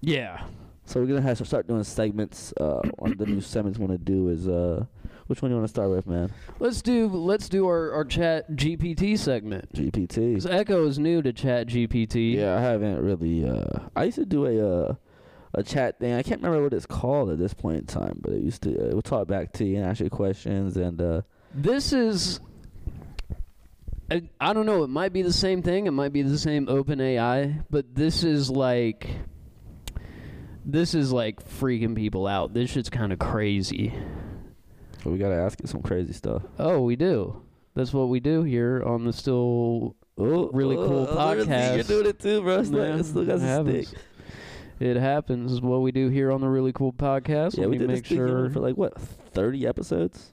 Yeah.
So we're gonna have to start doing segments. Uh, one of the new segments we want to do is uh, which one you want to start with, man?
Let's do let's do our, our chat GPT segment.
GPT.
'Cause Echo is new to chat GPT.
Yeah, I haven't really. Uh, I used to do a uh, a chat thing. I can't remember what it's called at this point in time, but it used to. Uh, it would talk back to you and ask you questions, and uh,
This is I, I don't know, it might be the same thing, it might be the same open AI, but this is like this is like freaking people out. This shit's kind of crazy.
we gotta ask you some crazy stuff.
Oh, we do. That's what we do here on the still
Oh,
Really cool
You're
podcast.
doing it too, bro. It's like-
Yeah,
it's still got
it
some
happens.
stick.
It happens. It's What we do here on the really cool podcast.
Yeah,
Let
we
me
did
make
this thing
sure.
for like what thirty episodes.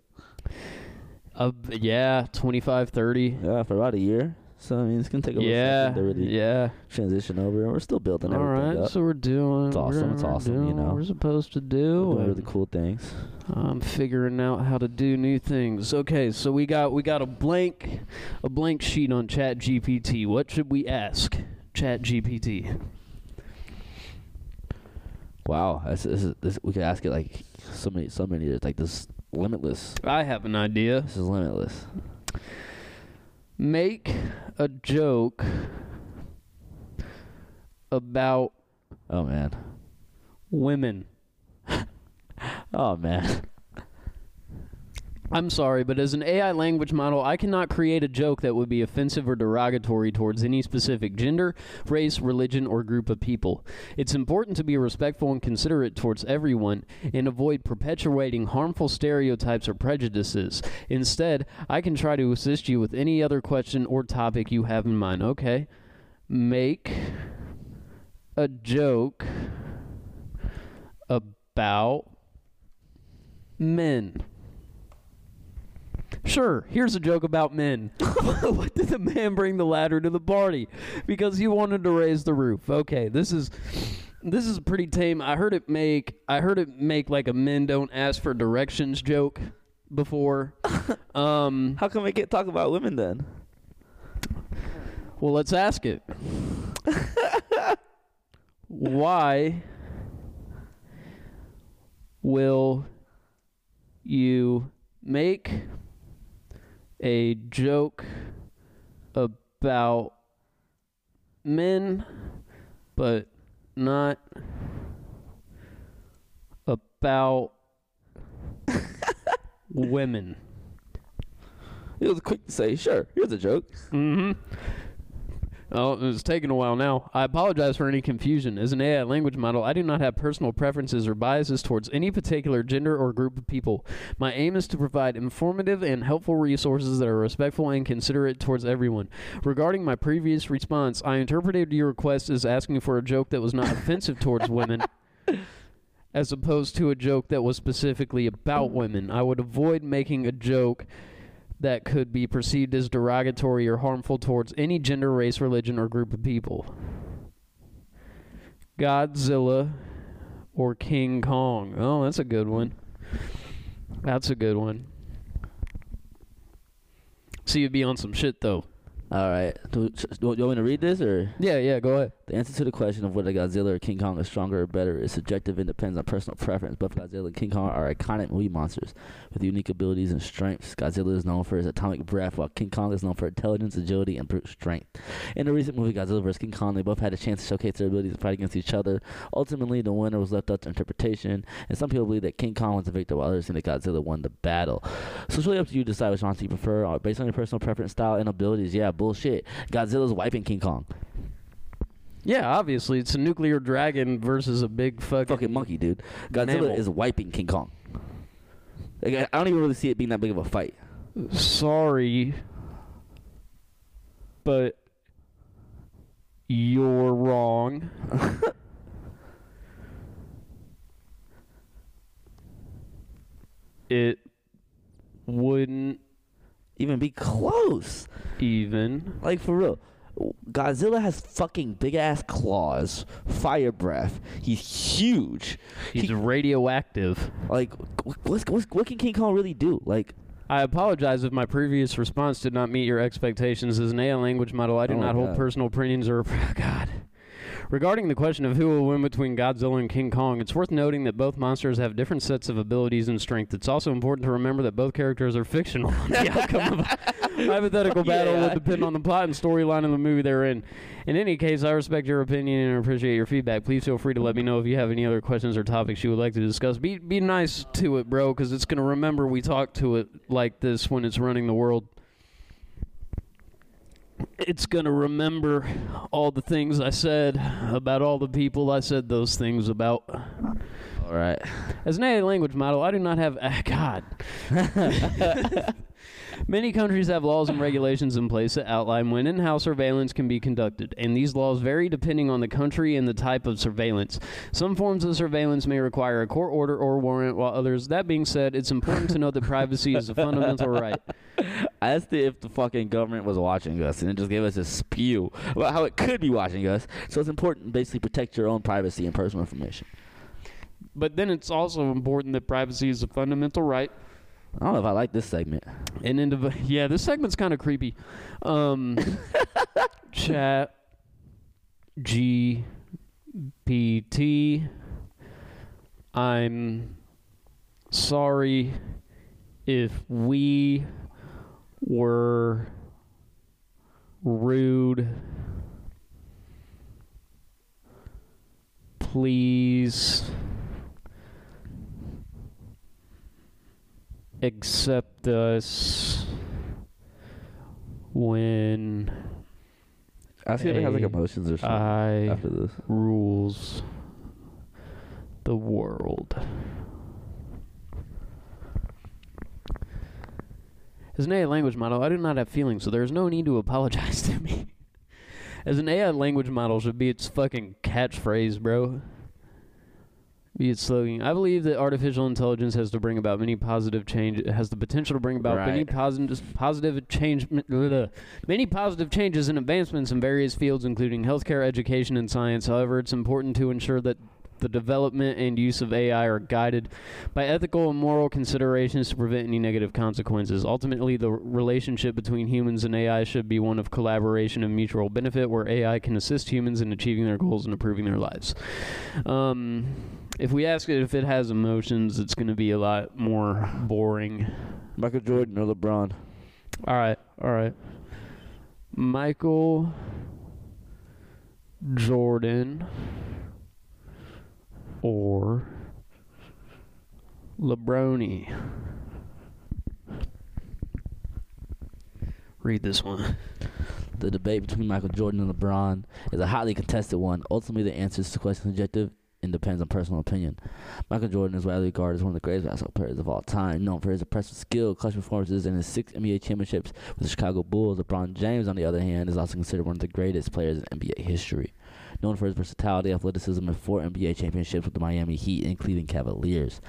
Uh, yeah, 25, 30.
Yeah, for about a year. So I mean, it's gonna take a little
Yeah,
second to really
yeah.
transition over, and we're still building
All
everything
right,
up.
so we're doing.
It's awesome,
we're-
it's
we're
awesome,
doing
you
what
know.
We're supposed to
we're
do.
doing
and
really cool things.
I'm figuring out how to do new things. Okay, so we got we got a blank, a blank sheet on Chat GPT. What should we ask Chat GPT?
Wow, that's, this is this, we could ask it like so many, so many. It's like this limitless.
I have an idea.
This is limitless.
Make a joke about
Oh man.
women.
Oh man.
I'm sorry, but as an AI language model, I cannot create a joke that would be offensive or derogatory towards any specific gender, race, religion, or group of people. It's important to be respectful and considerate towards everyone and avoid perpetuating harmful stereotypes or prejudices. Instead, I can try to assist you with any other question or topic you have in mind. Okay. Make a joke about men. Sure, here's a joke about men. what did the man bring the ladder to the party? Because he wanted to raise the roof. Okay, this is this is pretty tame. I heard it make I heard it make like a men don't ask for directions joke before. um
How come we can't talk about women then?
well, let's ask it. Why will you make a joke about men but not about women?
It was quick to say, sure, here's a joke.
Mm-hmm. Oh, it's taking a while now. I apologize for any confusion. As an AI language model, I do not have personal preferences or biases towards any particular gender or group of people. My aim is to provide informative and helpful resources that are respectful and considerate towards everyone. Regarding my previous response, I interpreted your request as asking for a joke that was not offensive towards women as opposed to a joke that was specifically about women. I would avoid making a joke that could be perceived as derogatory or harmful towards any gender, race, religion, or group of people. Godzilla or King Kong. Oh, that's a good one. That's a good one. So you'd be on some shit though.
All right. Do, sh- do you want me to read this or?
Yeah, yeah, go ahead.
The answer to the question of whether Godzilla or King Kong is stronger or better is subjective and depends on personal preference. Both Godzilla and King Kong are iconic movie monsters with unique abilities and strengths. Godzilla is known for his atomic breath, while King Kong is known for intelligence, agility, and brute strength. In the recent movie Godzilla vs. King Kong, they both had a chance to showcase their abilities to fight against each other. Ultimately, the winner was left up to interpretation, and some people believe that King Kong was the victor, while others think that Godzilla won the battle. So it's really up to you to decide which monster you prefer uh, based on your personal preference, style, and abilities. Yeah, bullshit. Godzilla's wiping King Kong.
Yeah, obviously it's a nuclear dragon versus a big fucking,
fucking monkey, dude. Godzilla
Mammal.
is wiping King Kong. Like, I- I don't even really see it being that big of a fight.
Sorry, but you're wrong. it wouldn't
Even be close.
even.
Like for real. Godzilla has fucking big ass claws, fire breath. He's huge.
He's
He-
radioactive.
like, wh- what's, what's, what can King Kong really do? Like,
I apologize if my previous response did not meet your expectations. As an AI language model, I do
Oh my
not hold
God.
personal opinions or Oh, God. Regarding the question of who will win between Godzilla and King Kong, it's worth noting that both monsters have different sets of abilities and strength. It's also important to remember that both characters are fictional. the outcome of a hypothetical battle would depend on the plot and storyline of the movie they're in. In any case, I respect your opinion and appreciate your feedback. Please feel free to let me know if you have any other questions or topics you would like to discuss. Be be nice to it, bro, because it's gonna remember we talked to it like this when it's running the world. It's gonna remember all the things I said about all the people I said those things about.
all right.
As an AI language model, I do not have. ah, God. Many countries have laws and regulations in place that outline when in house surveillance can be conducted, and these laws vary depending on the country and the type of surveillance. Some forms of surveillance may require a court order or warrant, while others, that being said, it's important to note that privacy is a fundamental right.
I asked it if the fucking government was watching us, and it just gave us a spew about how it could be watching us. So it's important to basically protect your own privacy and personal information.
But then it's also important that privacy is a fundamental right.
I don't know if I like this segment.
And indiv- yeah, this segment's kind of creepy. Um, chat GPT. I'm sorry if we were rude. Please accept us when
I see if it has like
Hey, Uh,
emotions or something
I
after this.
rules the world. As an AI language model, I do not have feelings, so there is no need to apologize to me. As an AI language model should be its fucking catchphrase, bro. Be its slogan. I believe that artificial intelligence has to bring about many positive change. It has the potential to bring about many
Right.
positive positive change, many positive changes and advancements in various fields, including healthcare, education, and science. However, it's important to ensure that the development and use of AI are guided by ethical and moral considerations to prevent any negative consequences. Ultimately, the relationship between humans and AI should be one of collaboration and mutual benefit, where AI can assist humans in achieving their goals and improving their lives. Um, if we ask it if it has emotions, it's going to be a lot more boring.
Michael Jordan or LeBron.
All right, all right. Michael Jordan or LeBroni. Read this one.
The debate between Michael Jordan and LeBron is a hotly contested one. Ultimately, the answer to the question is subjective and depends on personal opinion. Michael Jordan is widely regarded as one of the greatest basketball players of all time, known for his impressive skill, clutch performances, and his six NBA championships with the Chicago Bulls. LeBron James, on the other hand, is also considered one of the greatest players in NBA history, known for his versatility, athleticism, and four NBA championships with the Miami Heat and Cleveland Cavaliers.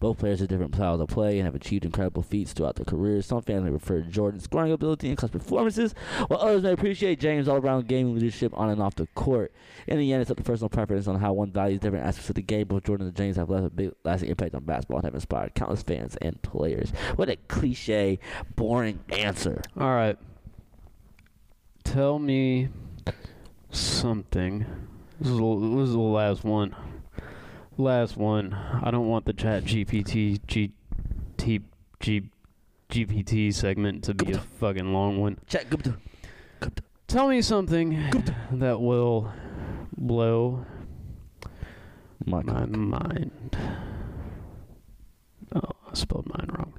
Both players have different styles of play and have achieved incredible feats throughout their careers. Some fans may refer to Jordan's scoring ability and clutch performances, while others may appreciate James' all-around game leadership on and off the court. In the end, it's up to personal preference on how one values different aspects of the game. Both Jordan and James have left a big lasting impact on basketball and have inspired countless fans and players. What a cliche, boring answer.
All right. Tell me something. This is, the- this is the last one. Last one. I don't want the chat GPT G, T, G, GPT segment to be a fucking long one.
Chat Gupta.
Tell me something that will blow
Michael.
my mind. Oh, I spelled mine wrong.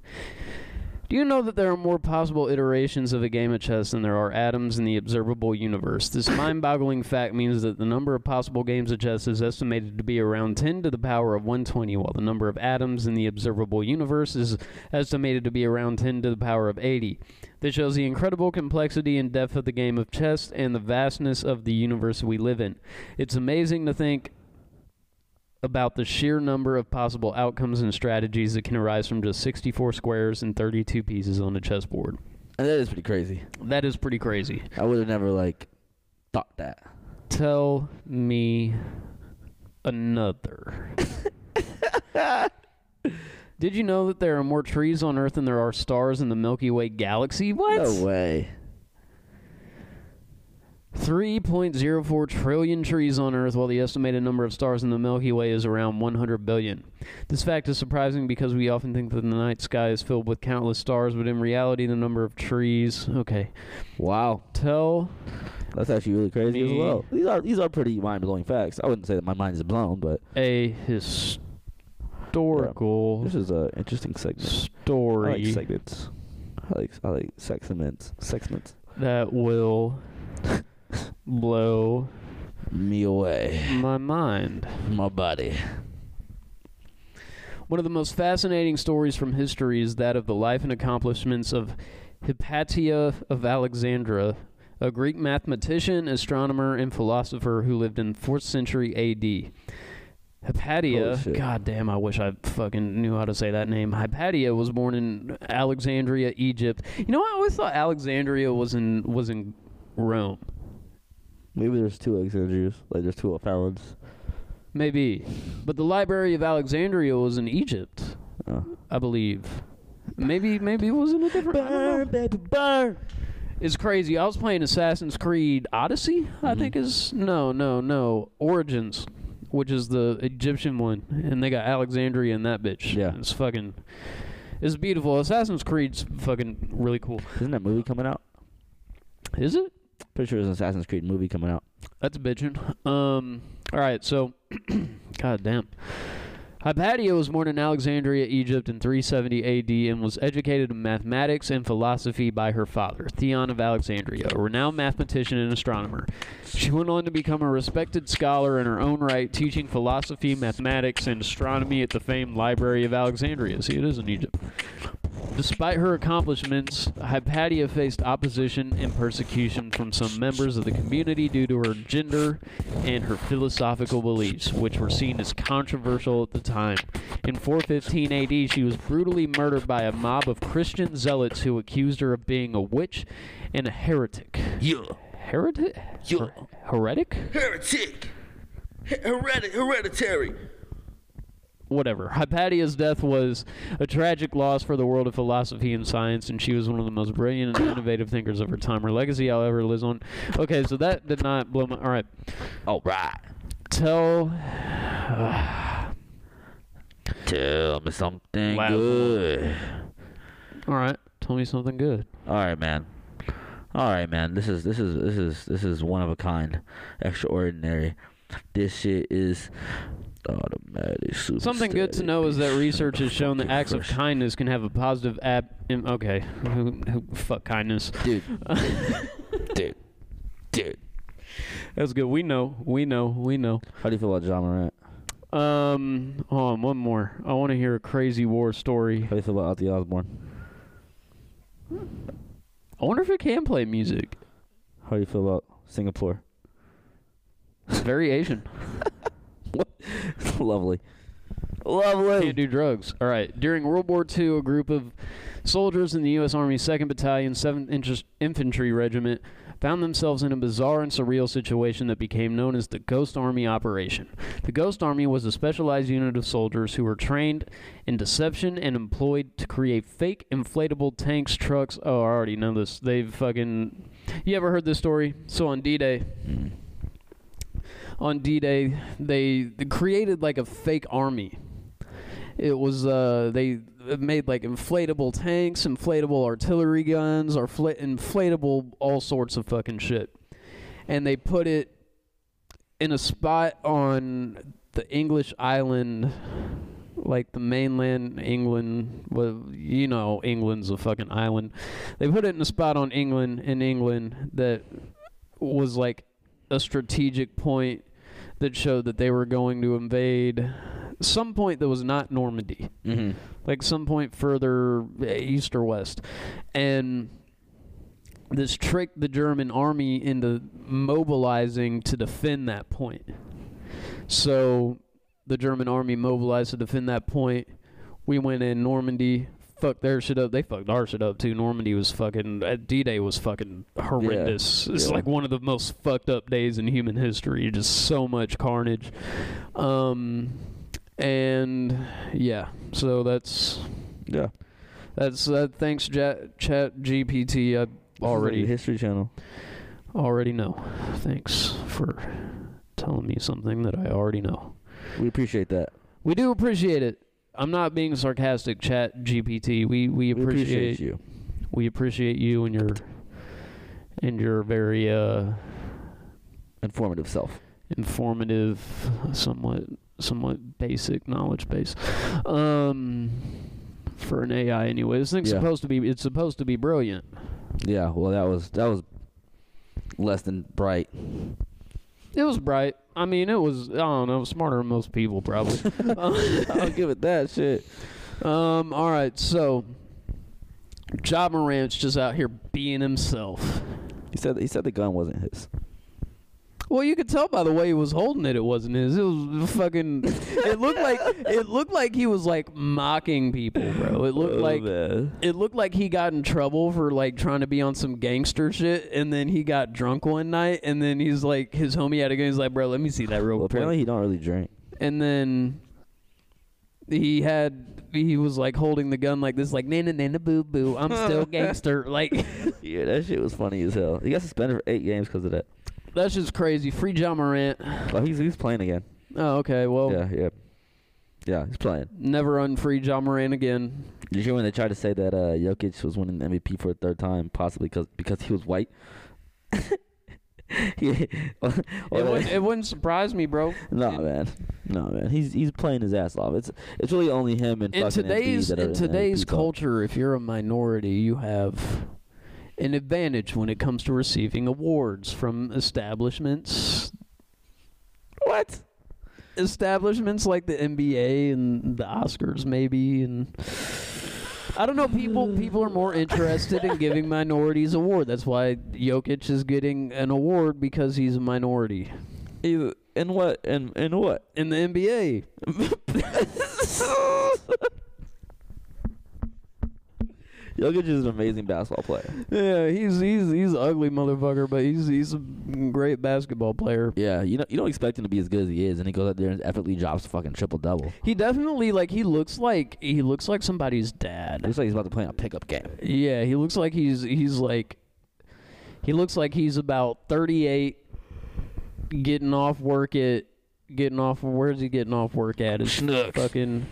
Do you know that there are more possible iterations of a game of chess than there are atoms in the observable universe? This mind boggling fact means that the number of possible games of chess is estimated to be around 10 to the power of 120, while the number of atoms in the observable universe is estimated to be around 10 to the power of 80. This shows the incredible complexity and depth of the game of chess and the vastness of the universe we live in. It's amazing to think about the sheer number of possible outcomes and strategies that can arise from just 64 squares and 32 pieces on a chessboard.
And that is pretty crazy.
That is pretty crazy.
I would have never like thought that.
Tell me another. Did you know that there are more trees on Earth than there are stars in the Milky Way galaxy? What?
No way.
3.04 trillion trees on Earth, while the estimated number of stars in the Milky Way is around 100 billion. This fact is surprising because we often think that the night sky is filled with countless stars, but in reality, the number of trees. Okay.
Wow.
Tell.
That's actually really crazy as
Me.
well. These are these are pretty mind blowing facts. I wouldn't say that my mind is blown, but
a historical
this is an interesting segment. I
story
like segments. I like I like segments. Segments.
that will blow
Me away.
my mind.
My body.
One of the most fascinating stories from history is that of the life and accomplishments of Hypatia of Alexandria, a Greek mathematician, astronomer, and philosopher who lived in 4th century AD. Hypatia,
Holy shit.
god damn, I wish I fucking knew how to say that name. Hypatia was born in Alexandria, Egypt. You know, I always thought Alexandria was in was in Rome.
Maybe there's two Alexandrias. Like there's two Fallons.
Maybe. But the Library of Alexandria was in Egypt,
Oh.
I believe. Maybe maybe it was in a different I don't know.
baby, burn.
It's crazy. I was playing Assassin's Creed Odyssey,
Mm-hmm.
I think is no, no, no. Origins, which is the Egyptian one, and they got Alexandria in that bitch.
Yeah.
It's fucking it's beautiful. Assassin's Creed's fucking really cool.
Isn't that movie coming out?
Is it?
Pretty sure there's an Assassin's Creed movie coming out.
That's bitching. Um, all right, so, god damn. Hypatia was born in Alexandria, Egypt in 370 AD and was educated in mathematics and philosophy by her father, Theon of Alexandria, a renowned mathematician and astronomer. She went on to become a respected scholar in her own right, teaching philosophy, mathematics, and astronomy at the famed Library of Alexandria. See, it is in Egypt. Despite her accomplishments, Hypatia faced opposition and persecution from some members of the community due to her gender and her philosophical beliefs, which were seen as controversial at the time. In 415 AD, she was brutally murdered by a mob of Christian zealots who accused her of being a witch and a heretic.
Yeah.
Heretic?
Yeah.
Heretic?
Heretic. Heredit- hereditary.
whatever. Hypatia's death was a tragic loss for the world of philosophy and science, and she was one of the most brilliant and innovative thinkers of her time. Her legacy, however, lives on. Okay, so that did not blow my. All right,
All right.
tell.
Tell me something
Wow.
good.
All right, tell me something good.
All right, man. All right, man. This is this is this is this is one of a kind, extraordinary. This shit is automatic. Super
Something good to know is that research has shown that acts of
kindness.
kindness can have a positive app. im- Okay, who- who- fuck kindness.
dude, dude, dude.
That's good. We know. We know. We know.
How do you feel about John Morant?
Um, hold on, one more. I want to hear a crazy war story.
How do you feel about Ozzy Osbourne?
I wonder if it can play music.
How do you feel about Singapore?
It's very Asian.
Lovely.
Can't do drugs. All right. During World War II, a group of soldiers in the U.S. Army 2nd Battalion, 7th Inter- Infantry Regiment found themselves in a bizarre and surreal situation that became known as the Ghost Army Operation. The Ghost Army was a specialized unit of soldiers who were trained in deception and employed to create fake inflatable tanks, trucks. Oh, I already know this. They've fucking. You ever heard this story? So on D Day, on D Day, they, they created like a fake army. It was uh, they made like inflatable tanks, inflatable artillery guns, or fla- inflatable all sorts of fucking shit, and they put it in a spot on the English island, like the mainland England. Well, you know, England's a fucking island. They put it in a spot on England in England that was like a strategic point that showed that they were going to invade some point that was not Normandy,
Mm-hmm.
like some point further eh, east or west. And this tricked the German army into mobilizing to defend that point. So the German army mobilized to defend that point. We went in Normandy, fucked their shit up. They fucked our shit up too. Normandy was fucking. uh, D-Day was fucking horrendous. It's
Yeah.
like one of the most fucked up days in human history. Just so much carnage. Um, and yeah, so that's
Yeah.
that's uh, thanks ja- Chat GPT. I already
History Channel.
Already know. Thanks for telling me something that I already know.
We appreciate that.
We do appreciate it. I'm not being sarcastic, Chat GPT. We we
We appreciate
appreciate
you.
we appreciate you and your and your very uh,
Informative self.
informative, somewhat somewhat basic knowledge base. Um, for an AI, anyway, this thing's
Yeah.
supposed to be it's supposed to be brilliant.
Yeah. Well, that was that was less than bright.
It was bright. I mean, it was I don't know smarter than most people probably.
I'll give it that shit.
Um. All right. So, Job Morant's just out here being himself.
He said he said the gun wasn't his.
Well, you could tell by the way he was holding it. It wasn't his. It was fucking. it looked like it looked like he was like mocking people, bro. It looked like it looked like he got in trouble for like trying to be on some gangster shit, and then he got drunk one night, and then he's like his homie had a gun. He's like, bro, let me see that real
Well,
quick.
apparently he don't really drink.
and then he had he was like holding the gun like this like nana nana boo boo i'm still gangster like
Yeah, that shit was funny as hell. He got suspended for eight games because of that.
that's just crazy free john morant
Well, he's he's playing again.
oh okay well
Yeah, yeah, yeah. He's playing.
never unfree john morant again
Did you hear when they tried to say that uh, Jokic was winning the MVP for a third time, possibly because because he was white? yeah.
it, wouldn't, it wouldn't surprise me bro
No man, no man. He's he's playing his ass off. It's it's really only him and
in
fucking
today's
Embiid that are
in today's
MVP talk.
culture if you're a minority you have an advantage when it comes to receiving awards from establishments
What?
establishments like the NBA and the Oscars, maybe, and I don't know. People people are more interested in giving minorities award. That's why Jokic is getting an award because he's a minority
Either in what in in what?
in the NBA.
Jokic is an amazing basketball player.
Yeah, he's he's he's an ugly motherfucker, but he's he's a great basketball player.
Yeah, you know you don't expect him to be as good as he is, and he goes out there and effortlessly drops a fucking triple double.
He definitely like he looks like he looks like somebody's dad.
Looks like he's about to play in a pickup game.
Yeah, he looks like he's he's like he looks like he's about 38 getting off work at getting off where's he getting off work at? His
Schnucks.
fucking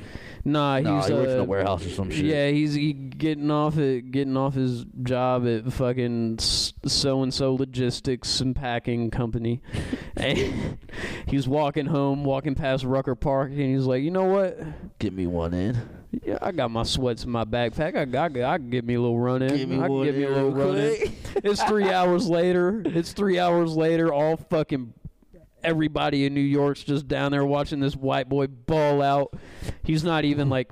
Nah, he's
Nah, he works in
uh,
a warehouse or some shit.
Yeah, he's he getting off at getting off his job at fucking so and so logistics and packing company. and he's walking home, walking past Rucker Park, and he's like, you know what?
Give me one in.
Yeah, I got my sweats in my backpack. I got I, can give me a little run in.
Give me
I can
one
give me a
in
little
real
run in. It's three hours later. It's three hours later. All fucking everybody in New York's just down there watching this white boy ball out. He's not even like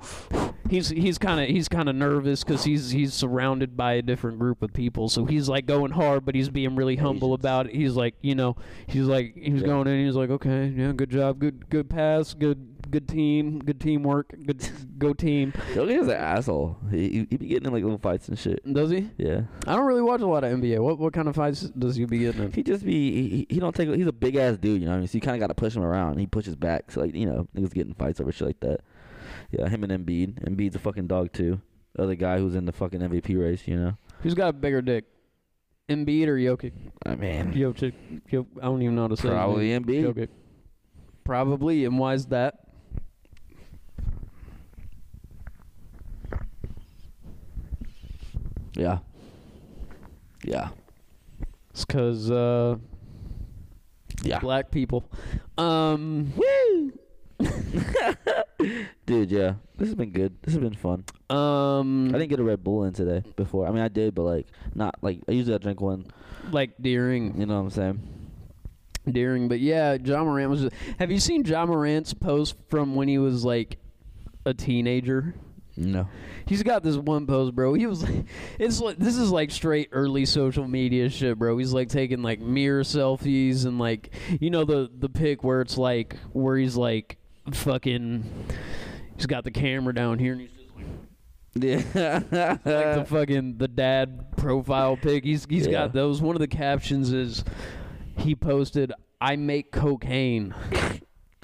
he's he's kind of he's kind of nervous because he's he's surrounded by a different group of people. So he's like going hard, but he's being really humble about it. He's like you know he's like he's going in. He's like okay yeah good job good good pass good. Good team, good teamwork, good go team.
Jokic is an asshole. He, he he be getting in like little fights and shit.
Does he?
Yeah.
I don't really watch a lot of NBA. What what kind of fights does he be getting in?
He just be he- he, he don't take he's a big ass dude, you know what I mean? So you kinda gotta push him around. He pushes back. So like, you know, niggas getting fights over shit like that. Yeah, him and Embiid. Embiid's a fucking dog too. The other guy who's in the fucking MVP race, you know.
Who's got a bigger dick? Embiid or Jokic?
I mean
Jokic. Yo, I don't even know how to say his
probably
name.
Embiid.
Jokic. Probably, and why is that?
Yeah. Yeah.
It's because uh,
Yeah.
black people. Um,
Dude, yeah. This has been good. This has been fun.
um,
I didn't get a Red Bull in today before. I mean I did, but like not like I usually I drink one,
like Deering,
you know what I'm saying?
Deering, but yeah, John Morant was. Have you seen John Morant's post from when he was like a teenager?
No.
He's got this one post, bro. He was like, it's like this is like straight early social media shit, bro. He's like taking like mirror selfies and like you know the the pic where it's like where he's like fucking he's got the camera down here and he's just like,
Yeah.
like the fucking the dad profile pic. He's he's
Uh, Yeah.
got those. One of the captions is he posted I make cocaine.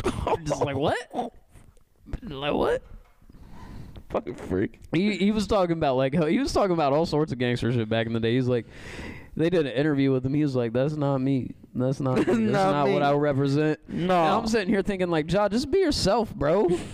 I'm just like what? Like what?
fucking freak.
He he was talking about like he was talking about all sorts of gangster shit back in the day. He's like, they did an interview with him. He was like, "That's not me. That's not. me. That's
Not
not, what
me.
I represent."
No.
And I'm sitting here thinking like, "Ja, just be yourself, bro.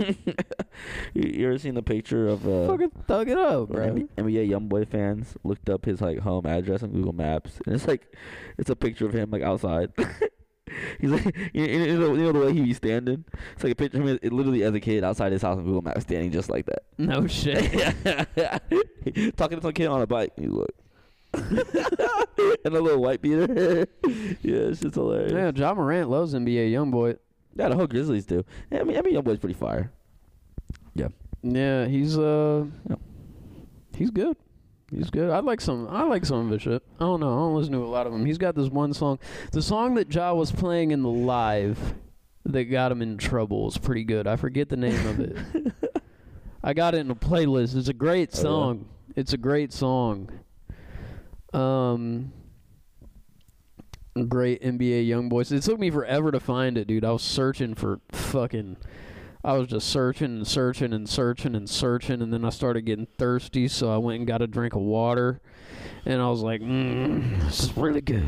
You, you ever seen the picture of uh,
Fucking thug it up,
when
bro."
NBA, NBA YoungBoy fans looked up his like home address on Google Maps, and it's like it's a picture of him like outside. He's like, you, you know, you know the way he be standing. It's like a picture of him it, literally as a kid outside his house on Google Maps, standing just like that.
No shit.
Talking to some kid on a bike. He's like, and a little white beater. yeah, it's just hilarious.
yeah, John Morant loves NBA YoungBoy.
Yeah, the whole Grizzlies do. Yeah, I mean, I mean, YoungBoy's pretty fire.
Yeah, he's uh,
Yeah.
he's good. He's good. I like some. I like some of his shit. I don't know. I don't listen to a lot of him. He's got this one song. The song that Ja was playing in the live that got him in trouble is pretty good. I forget the name of it. I got it in a playlist. It's a great
Oh, yeah?
song. It's a great song. Um, great NBA young boys. It took me forever to find it, dude. I was searching for fucking. I was just searching and searching and searching and searching, and then I started getting thirsty, so I went and got a drink of water, and I was like, mm, "This is really good."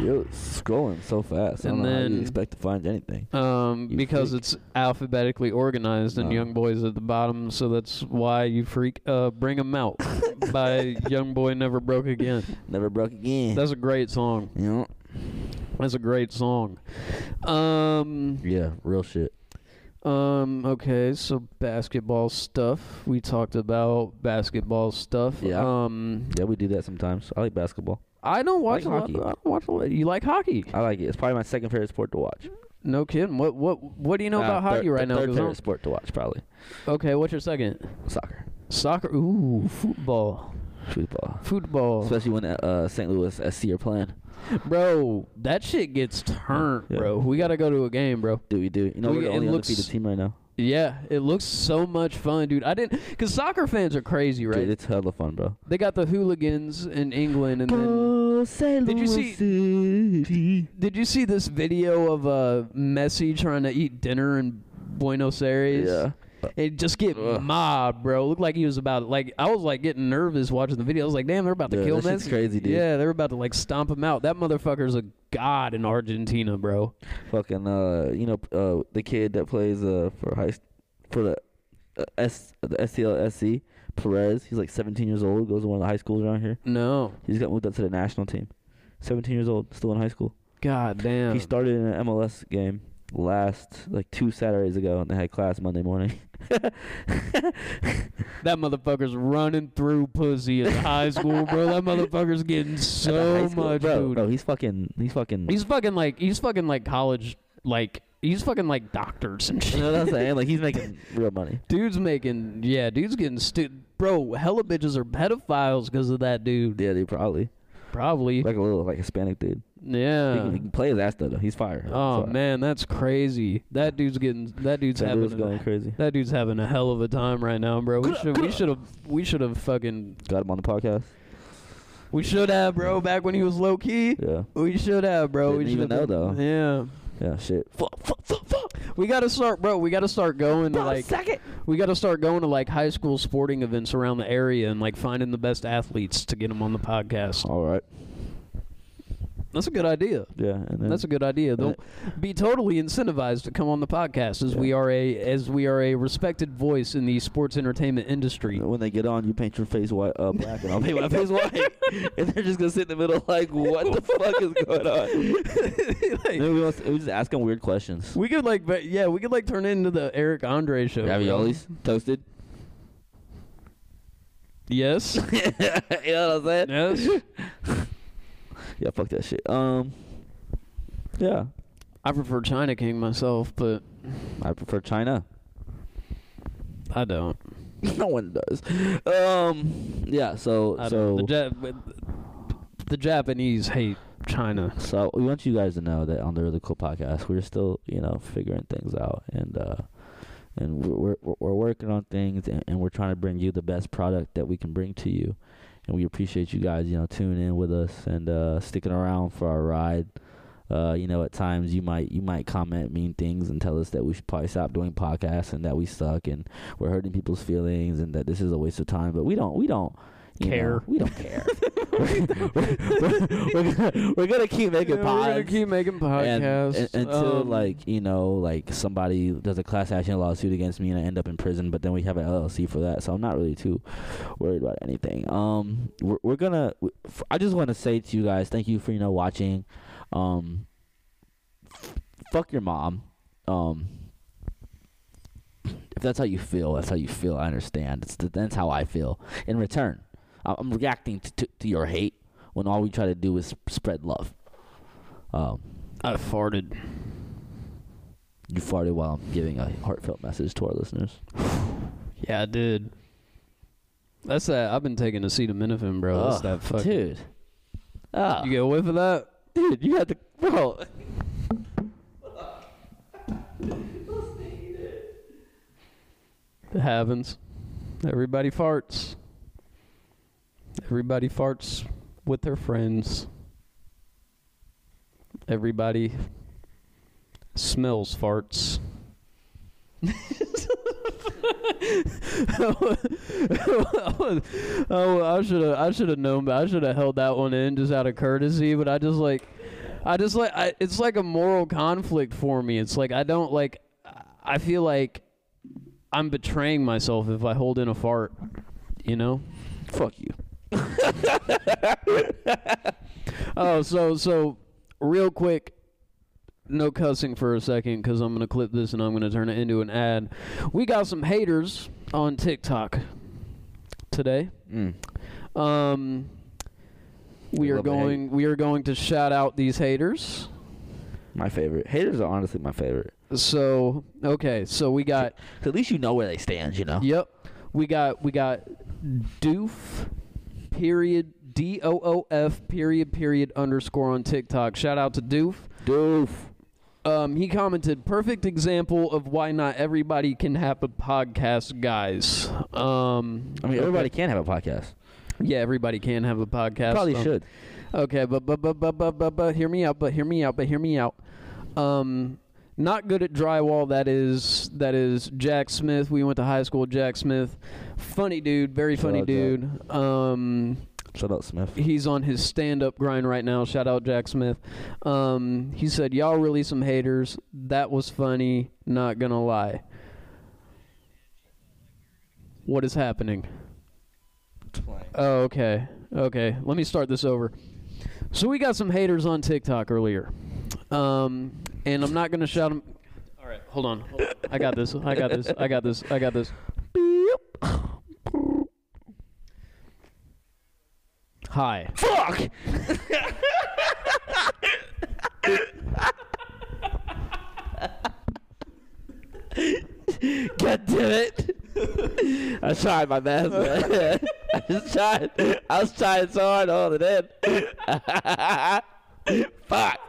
You're scrolling so fast. I
And
don't know how
then-
you expect to find anything.
Um,
You
because
freak.
it's alphabetically organized and
Oh.
Young Boy's at the bottom, so that's why you freak. Uh, Bring 'em out by Young Boy Never Broke Again.
Never broke again.
That's a great song.
you know?
That's a great song. Um,
Yeah, real shit.
um, okay, so basketball stuff. We talked about basketball stuff.
Yeah.
Um,
Yeah, we do that sometimes. I like basketball.
I don't
like
watch a lot.
hockey. Uh,
I don't watch a lot. You like hockey?
I like it. It's probably my second favorite sport to watch.
No kidding. What what what do you know
Uh,
about
thir-
hockey right
th-
now?
Third
'Cause I
favorite sport to watch, probably
don't- Okay, what's your second?
soccer.
Soccer. Ooh, football.
Football.
Football.
Especially when uh, St. Louis SC are playing.
Bro, that shit gets turned,
Yeah.
bro. We got to go to a game, bro.
Do we do? You know,
We-
we're the
it
only
looks-
undefeated team right now.
Yeah, it looks so much fun, dude. I didn't. Because soccer fans are crazy, right?
Dude, it's hella fun, bro.
they got the hooligans in England and then.
St.
Did you see-
City.
Did you see this video of uh, Messi trying to eat dinner in Buenos Aires?
Yeah.
And just get
Ugh.
mobbed, bro. Looked like he was about like I was like getting nervous watching the video. I was like, damn, they're about to
Yeah,
kill
that shit's
Messi.
crazy, dude.
Yeah, they're about to like stomp him out. That motherfucker's a god in Argentina, bro.
Fucking, uh, you know, uh, the kid that plays uh for high, for the uh, S the SCL SC Perez. He's like 17 years old. Goes to one of the high schools around here.
No,
He's got moved up to the national team. 17 years old, still in high school.
god damn.
He started in an MLS game last like two Saturdays ago, and they had class Monday morning.
that motherfucker's running through pussy in high school, bro. That motherfucker's getting
At the
so
high school.
much
bro,
food.
Bro, he's fucking. He's fucking.
He's fucking like he's fucking like college like he's fucking like doctors and shit.
you know what I'm saying? Like he's making real money.
Dude's making, yeah, dude's getting stu- Bro, hella bitches are pedophiles because of that dude.
Yeah, dude, probably
Probably.
like a little like Hispanic dude. He,
Yeah.
can, he can play his ass though. though. He's fire.
Oh
Fire.
man, that's crazy. That dude's getting. That dude's
St. Louis
having.
going
A,
crazy.
that dude's having a hell of a time right now, bro. We should. We should have. We should have fucking.
Got him on the podcast.
We should have, bro. Back when he was low key.
Yeah,
We should have, bro. we
Didn't even
should've
know,
done-
though.
Yeah.
yeah, shit.
Fuck, fuck, fuck, fuck. We gotta start, bro. We gotta start going to like. We gotta start going to like high school sporting events around the area and like finding the best athletes to get them on the podcast.
All right.
That's a good idea.
Yeah, and then
That's a good idea.
and
They'll be totally incentivized to come on the podcast as
Yeah.
we are a as we are a respected voice in the sports entertainment industry.
When they get on, you paint your face white, uh, black, and I'll paint my face white, and they're just gonna sit in the middle like, what the fuck is going on?
Like,
Then we, must, we just ask them weird questions.
we could like, but yeah, we could like turn it into the Eric Andre show. bro.
Raviolis toasted.
Yes.
you know what I'm saying?
yes.
Yeah, fuck that shit. Um, yeah,
I prefer China King myself, but
I prefer China.
I don't.
no one does. Um, yeah. So
I
so
don't. The, ja- the Japanese hate China.
so we want you guys to know that on the really cool podcast, we're still you know figuring things out and uh and we're we're, we're working on things and, and we're trying to bring you the best product that we can bring to you. And we appreciate you guys, you know, tuning in with us and uh sticking around for our ride. Uh, you know, at times you might you might comment mean things and tell us that we should probably stop doing podcasts and that we suck and we're hurting people's feelings and that this is a waste of time. But we don't we don't you know,
Care.
we don't care. we're, we're gonna, we're gonna keep making
Yeah, we're gonna
pods.
keep making
and-
podcasts
and- until
um,
like you know, like somebody does a class action lawsuit against me and I end up in prison, but then we have an LLC for that, so I'm not really too worried about anything. Um, we're we're gonna. w- f- I just want to say to you guys, thank you for you know watching. Um, f- fuck your mom. Um, if that's how you feel, that's how you feel. I understand. It's that's how I feel. In return, I- I'm reacting to, to, to your hate when all we try to do is sp- spread love. Um,
I farted.
you farted while I'm giving a heartfelt message to our listeners.
Yeah, I did. That's that. I've been taking acetaminophen, bro. That's
Ugh,
that fucking.
dude. Ah,
You get a whiff of that?
dude, you had to, bro.
It happens. Everybody farts. Everybody farts with their friends. Everybody smells farts. oh, I should have. I should have known. but I should have held that one in just out of courtesy. But I just like, I just like. I, it's like a moral conflict for me. It's like I don't like. I feel like I'm betraying myself if I hold in a fart. You know.
Fuck you.
Oh, so so real quick, no cussing for a second because I'm gonna clip this and I'm gonna turn it into an ad. We got some haters on TikTok today.
Mm.
Um, we,
We
are
love to
going we are going to shout out these haters.
My favorite. Haters are honestly my favorite.
So okay, so we got
So at least you know where they stand, you know?
yep. We got we got doof period d o o f period period underscore on TikTok. Shout out to doof.
Doof.
Um, he commented, "Perfect example of why not everybody can have a podcast, guys." Um,
I mean,
okay.
everybody can have a podcast.
Yeah, everybody can have a podcast.
Probably
Um,
should.
Okay, but but but but but but but hear me out. But hear me out. But hear me out. Um, not good at drywall. That is that is Jack Smith. We went to high school. with Jack Smith, funny dude, very
Shout
funny
out, Jack.
dude. Um,
Shut up, Smith.
he's on his stand-up grind right now. Shout out Jack Smith. Um, he said, "Y'all really some haters. That was funny. Not gonna lie." What is happening? Oh, okay. Okay. Let me start this over. So we got some haters on TikTok earlier. Um, and I'm not going to shout them. All right. Hold on. Hold on. I got this. I got this. I got this. I got this. Hi.
Fuck! God damn it! I tried my best, man. I just tried. I was trying so hard to hold it in. Fuck!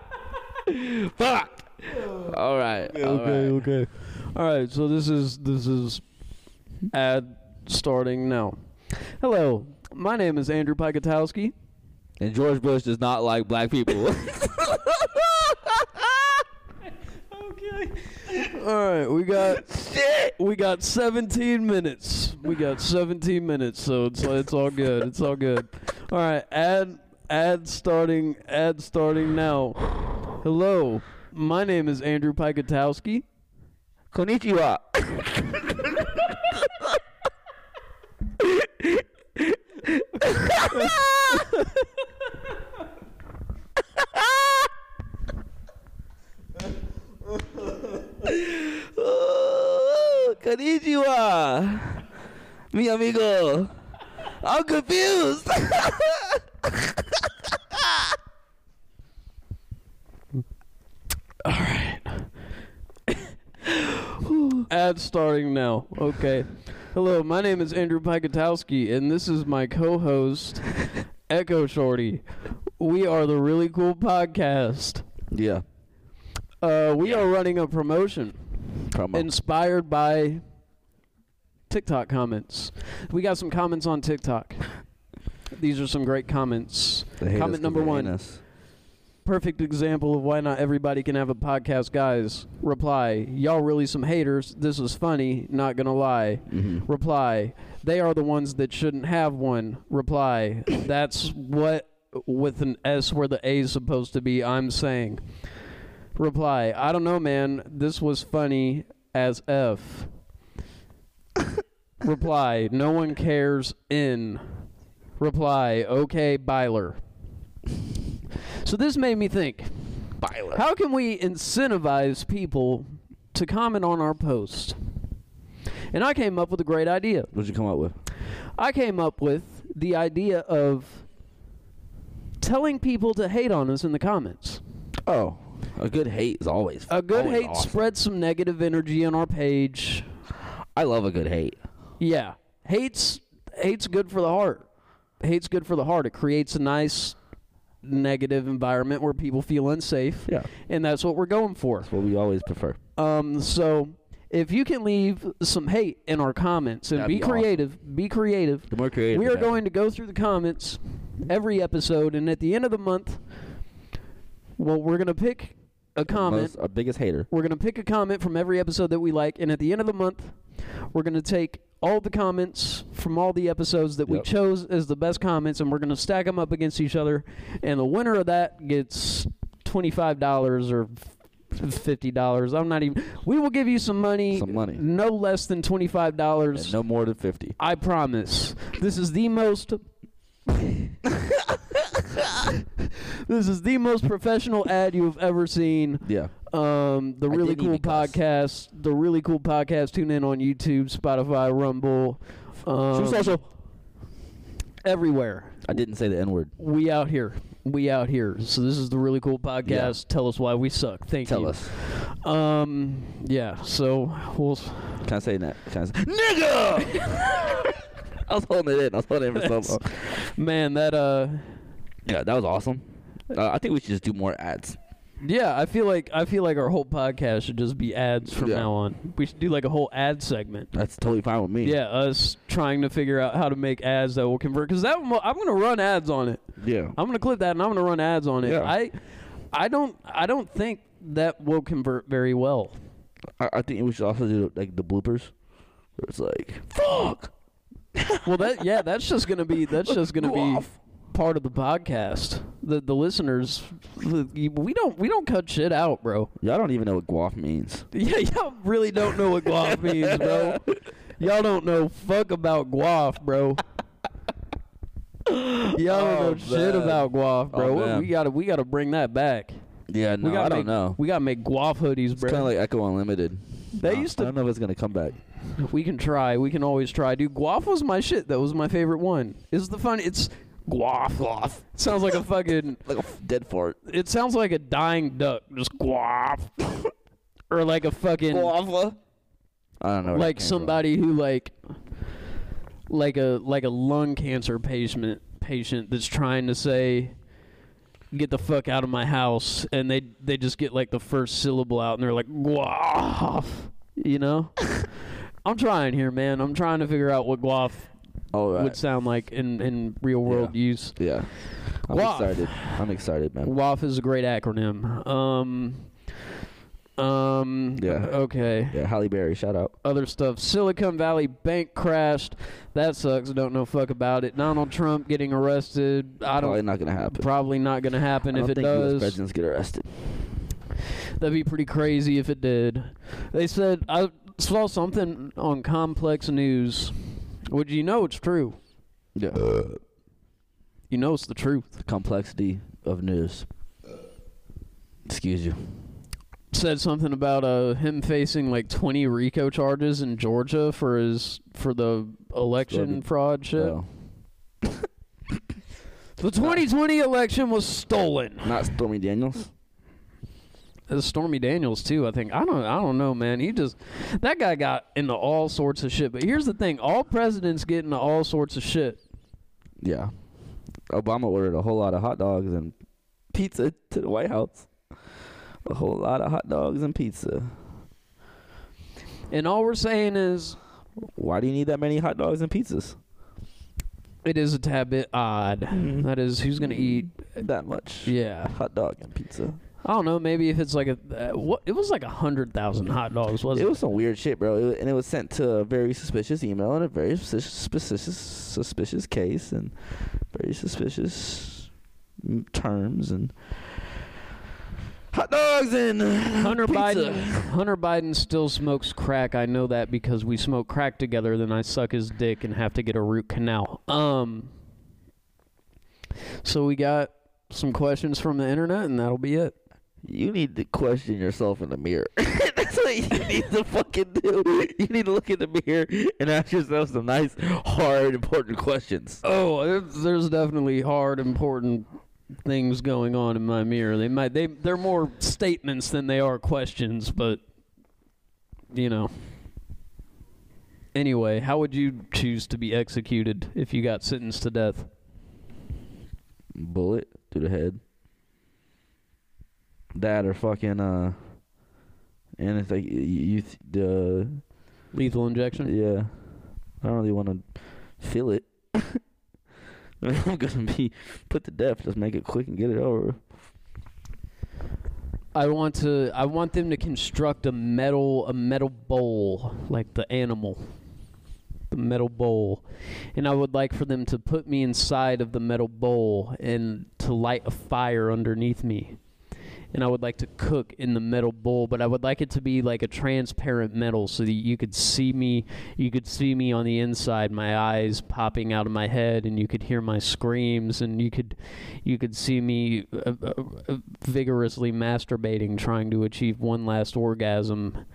Fuck! All right.
okay, okay. All right, so this is this is ad starting now. Hello, my name is Andrew Pikatowski.
And George Bush does not like black people.
All right, we got we got 17 minutes. We got 17 minutes, so it's it's all good. It's all good. All right, ad ad starting ad starting now. Hello, my name is Andrew Pikatowski.
Konnichiwa. Oh, Konnichiwa. Mi amigo. I'm confused.
Ad starting now. Okay. Hello, my name is Andrew Pikatowski, and this is my co host, Echo Shorty. We are the really cool podcast.
yeah.
Uh, we are running a promotion
Promo.
inspired by TikTok comments. We got some comments on TikTok. These are some great comments.
They hate us
comment
'cause
number
they hate
one.
us.
Perfect example of why not everybody can have a podcast, guys. Reply, y'all really some haters. This is funny, not gonna lie. Reply, they are the ones that shouldn't have one. Reply, that's what with an S where the A is supposed to be, I'm saying. Reply, I don't know, man. This was funny as F. Reply, no one cares in. Reply, okay, Byler. So this made me think. How can we incentivize people to comment on our post? And I came up with a great idea.
What'd you come up with?
I came up with the idea of telling people to hate on us in the comments.
Oh, a good hate is always
A good
always
hate
awesome.
spreads some negative energy on our page.
I love a good hate.
Yeah. Hate's hate's good for the heart. Hate's good for the heart. It creates a nice negative environment where people feel unsafe.
Yeah.
And that's what we're going for.
That's what we always prefer.
Um, so if you can leave some hate in our comments and
That'd
be,
be awesome.
creative, be creative.
The more creative,
We
the
are
better.
going to go through the comments every episode, and at the end of the month, well, we're gonna pick a comment.
Most, our biggest hater.
We're gonna pick a comment from every episode that we like, and at the end of the month, we're gonna take all the comments from all the episodes that we
Yep.
chose as the best comments, and we're gonna stack them up against each other, and the winner of that gets twenty five dollars or f- fifty dollars. I'm not even. We will give you some money,
Some money.
no less than twenty five
And
dollars.
no more than fifty.
I promise. This is the most. this is the most professional ad you have ever seen.
Yeah.
Um, the
I
really
did need
cool
to cuss.
podcast. The really cool podcast. Tune in on YouTube, Spotify, Rumble. Um,
True social.
everywhere.
I didn't say the N word.
We out here. We out here. So this is the really cool podcast. Tell us why we suck. Thank
Tell
you.
us.
Um. Yeah. So we'll. s-
Can I say that? Can I say, nigga? I was holding it in. I was holding it in for so long.
Man, that uh.
Yeah, that was awesome. Uh, I think we should just do more ads.
Yeah, I feel like I feel like our whole podcast should just be ads from
Yeah.
now on. We should do like a whole ad segment.
That's totally fine with me.
Yeah, us trying to figure out how to make ads that will convert. Because that one- I'm gonna run ads on it.
Yeah.
I'm gonna clip that and I'm gonna run ads on it.
Yeah.
I, I don't, I don't think that will convert very well.
I, I think we should also do like the bloopers. Where it's like, fuck.
Well, that yeah, that's just gonna be that's just gonna
Go
be
off.
part of the podcast. The the listeners, we don't we don't cut shit out, bro.
Y'all don't even know what guaf means.
Yeah, y'all really don't know what guaf means, bro. Y'all don't know fuck about guaf, bro. Y'all don't know
Oh,
shit
man.
about guaf, bro.
Oh, man.
we gotta we gotta bring that back.
Yeah, no,
we gotta
I don't
make,
know.
We gotta make guaf hoodies,
It's kind
bro.
of like Echo Unlimited.
They
Uh,
used
I
to.
don't know if it's gonna come back.
We can try. We can always try. Dude, guaf was my shit. That was my favorite one. Is the fun? It's guaf. Guaf. Sounds like a fucking.
Like a f- dead fart.
It sounds like a dying duck. Just guaf. or like a fucking.
I don't know. where Oh, that
like
came from.
somebody who like like a like a lung cancer patient patient that's trying to say get the fuck out of my house and they they just get like the first syllable out and they're like guaf you know i'm trying here man i'm trying to figure out what guaf
All Oh, right.
would sound like in in real world use
yeah. I'm
Guaf.
excited. I'm excited, man.
guaf is a great acronym um um
Yeah.
okay
Yeah, Halle Berry, shout out.
other stuff. Silicon Valley Bank crashed. That sucks. Don't know fuck about it. Donald Trump getting arrested. I
Probably
don't.
not gonna happen.
Probably not going to happen
I
if
don't
it
think US
does.
presidents get arrested.
That'd be pretty crazy if it did. They said I saw something on Complex News. Would you know it's true?
Yeah.
You know it's the truth.
the complexity of news. Excuse you.
Said something about uh, him facing like 20 RICO charges in Georgia for his for the election
Stolen.
fraud shit.
No.
The 2020 election was stolen.
Not Stormy Daniels.
It's uh, Stormy Daniels too. I think I don't. I don't know, man. He just that guy got into all sorts of shit. But here's the thing: all presidents get into all sorts of shit.
Yeah. Obama ordered a whole lot of hot dogs and pizza to the White House. A whole lot of hot dogs and pizza.
And all we're saying is
Why do you need that many hot dogs and pizzas?
it is a tad bit odd.
Mhm.
That is, who's gonna eat?
That much.
Yeah,
Hot dog and pizza.
I don't know. Maybe if it's like a uh, what? It was like a hundred thousand hot dogs, wasn't
It
it?
was some weird shit, bro. It, wa- and it was sent to a very suspicious email in a very suspicious, suspicious, suspicious case and very suspicious mm, terms and hot dogs and
Hunter
pizza.
Biden. Hunter Biden still smokes crack. I know that because we smoke crack together. Then I suck his dick and have to get a root canal. Um. So we got some questions from the internet, and that'll be it.
You need to question yourself in the mirror. That's what you need to fucking do. You need to look in the mirror and ask yourself some nice, hard, important questions.
Oh, there's- there's definitely hard, important things going on in my mirror. They might they they're more statements than they are questions, but you know. Anyway, how would you choose to be executed if you got sentenced to death?
Bullet through the head. That or fucking uh, and it's like y- y- you th- the
Lethal injection?
yeah. I don't really want to feel it. I'm gonna be put to death. Just make it quick and get it over. with.
I want to I want them to construct a metal a metal bowl like the animal. The metal bowl. And I would like for them to put me inside of the metal bowl and to light a fire underneath me. And I would like to cook in the metal bowl, but I would like it to be like a transparent metal so that you could see me you could see me on the inside, my eyes popping out of my head and you could hear my screams and you could you could see me uh, uh, uh, vigorously masturbating, trying to achieve one last orgasm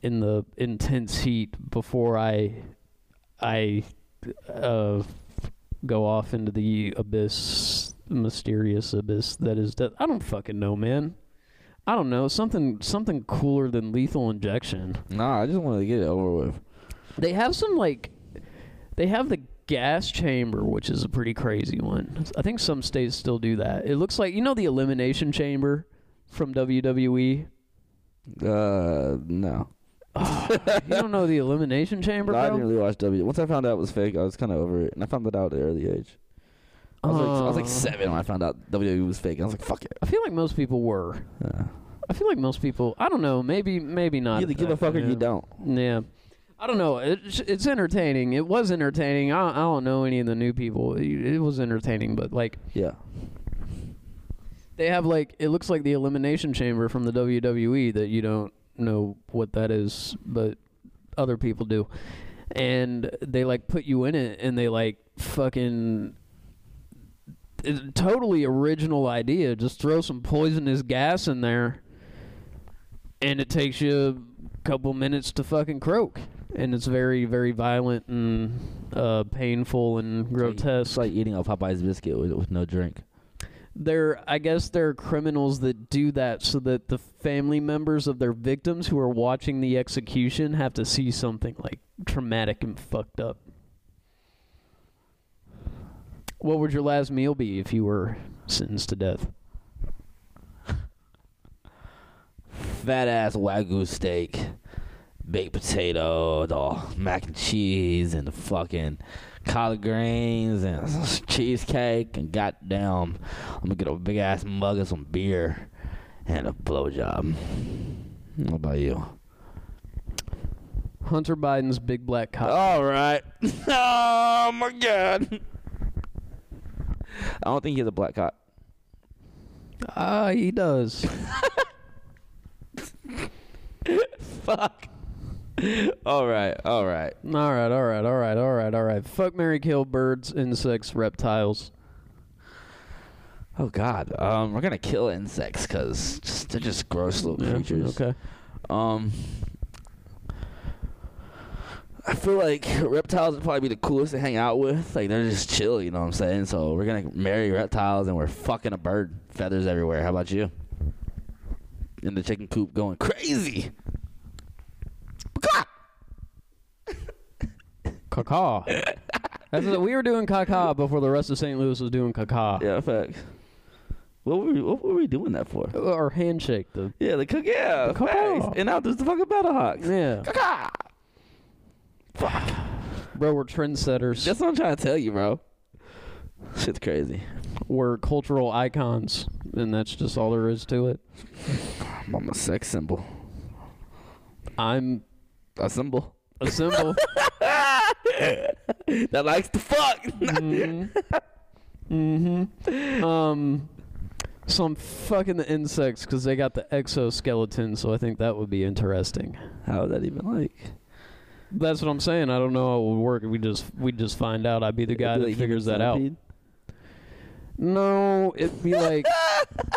in the intense heat before I, I, uh, go off into the abyss, mysterious abyss that is death. I don't fucking know, man. I don't know something something cooler than lethal injection.
Nah, I just wanted to get it over with.
They have some like they have the gas chamber, which is a pretty crazy one. I think some states still do that. It looks like you know the elimination chamber from E? WWE.
Uh, no.
you don't know the elimination chamber,
No, I didn't
bro?
really watch W. Once I found out it was fake, I was kind of over it, and I found that out at an early age. I was, like, I was
Uh,
like seven when I found out WWE was fake. I was like, fuck it.
I feel like most people were.
Uh,
I feel like most people. I don't know. Maybe maybe
you
not.
either give a fuck or
Yeah.
you don't.
Yeah. I don't know. It's, it's entertaining. It was entertaining. I, I don't know any of the new people. It, it was entertaining, but like
Yeah.
they have like it looks like the elimination chamber from the WWE that you don't know what that is, but other people do. And they like put you in it and they like fucking it- totally original idea. Just throw some poisonous gas in there and it takes you a couple minutes to fucking croak. And it's very, very violent and uh, painful and grotesque.
It's like eating a Popeye's biscuit with, with no drink.
There, I guess there are criminals that do that so that the family members of their victims who are watching the execution have to see something like traumatic and fucked up. What would your last meal be if you were sentenced to death?
Fat ass wagyu steak, baked potato, the mac and cheese, and the fucking collard greens, and cheesecake, and goddamn, I'm gonna get a big ass mug of some beer and a blowjob. What about you?
Hunter Biden's big black cock.
All right. oh my god. I don't think he's a black cop.
Ah, he does.
Fuck. All right. All right.
all right, all right, all right, all right, all right. Fuck, Mary, kill birds, insects, reptiles.
Oh God, um, we're gonna kill insects because just, they're just gross little creatures.
Okay.
Um, I feel like reptiles would probably be the coolest to hang out with. Like they're just chill, you know what I'm saying? So we're gonna marry reptiles and we're fucking a bird, feathers everywhere. How about you? In the chicken coop, going crazy.
Caca. That's what, we were doing caca before the rest of St. Louis was doing caca.
Yeah, facts. What were we, what were we doing that for?
Or handshake, the
Yeah, the cook. Yeah,
The cook-
facts. And now there's the fucking battle hawks.
yeah,
Caca!
bro. We're trendsetters.
That's what I'm trying to tell you, bro. Shit's crazy.
we're cultural icons, and that's just all there is to it.
I'm a sex symbol.
I'm
A symbol
a symbol.
that likes to fuck.
mm-hmm. mm-hmm. Um, so I'm fucking the insects because they got the exoskeleton. So I think that would be interesting.
How is that even like?
That's what I'm saying. I don't know how it would work. We just we just find out. I'd be the guy
It'd
that
be like
figures
human
that out.
centipede?
No, it'd be like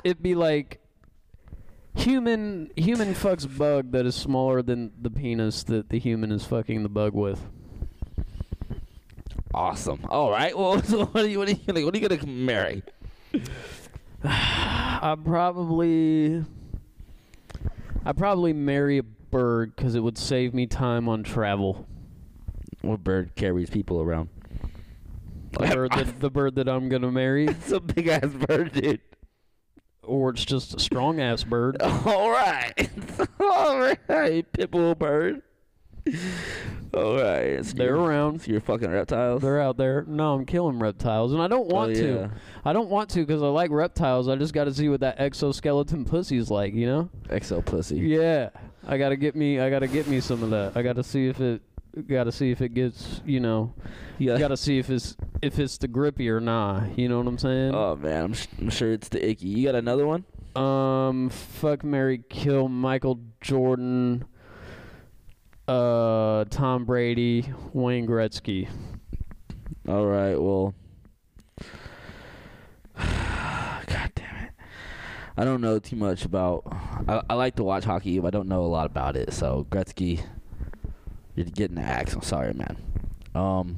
it'd be like human human fucks bug that is smaller than the penis that the human is fucking the bug with.
Awesome. All right. Well, so what are you? What are you, like, what are you gonna marry?
I probably I probably marry a bird because it would save me time on travel.
What bird carries people around?
The bird that the bird that I'm gonna marry,
It's a big ass bird, dude.
or it's just a strong ass bird.
All right. All right. Pitbull bird. All right. So
They're
you're-
around.
So you're fucking reptiles.
They're out there. No, I'm killing reptiles, and I don't
Oh,
want to.
yeah.
I don't want to because I like reptiles. I just got to see what that exoskeleton pussy's like, you know?
Exo pussy.
Yeah, I gotta get me. I gotta get me some of that. I gotta see if it. Gotta see if it gets. You know.
Yeah.
Gotta see if it's if it's the grippy or not. You know what I'm saying?
Oh man, I'm, sh- I'm sure it's the icky. You got another one?
Um, fuck Mary, kill Michael Jordan, uh, Tom Brady, Wayne Gretzky.
All right. Well, God damn it. I don't know too much about. I, I like to watch hockey, but I don't know a lot about it. So Gretzky, you're getting the axe. I'm sorry, man. Um,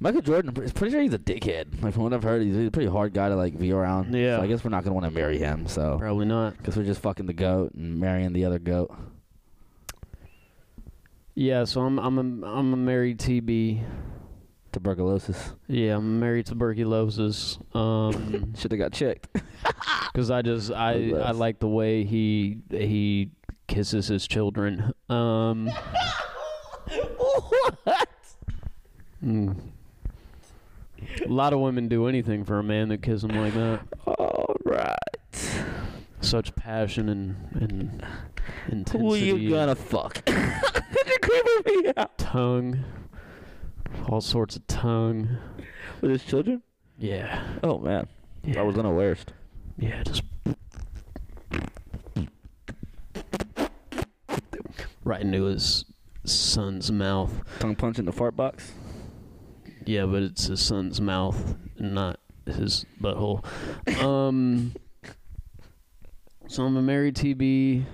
Michael Jordan, I'm pre- pretty sure he's a dickhead. Like from what I've heard, he's, he's a pretty hard guy to like be around.
Yeah.
So I guess we're not gonna want to marry him. So
Probably not.
because we're just fucking the goat and marrying the other goat.
Yeah, so I'm I'm a, I'm a married TB.
Tuberculosis.
Yeah, I'm married tuberculosis. Um,
Should have got checked.
because I just I I
Bless.
like the way he he kisses his children. Um,
what?
mm. a lot of women do anything for a man that kisses them like that.
All right.
Such passion and and intensity.
Who you
and
gonna fuck? Did you creep me out?
tongue? All sorts of tongue.
With his children?
Yeah.
Oh man,
Yeah.
I was unaware.
Yeah, just right into his son's mouth.
Tongue punch in the fart box.
Yeah, but it's his son's mouth, not his butthole. Um, so I'm gonna marry TB.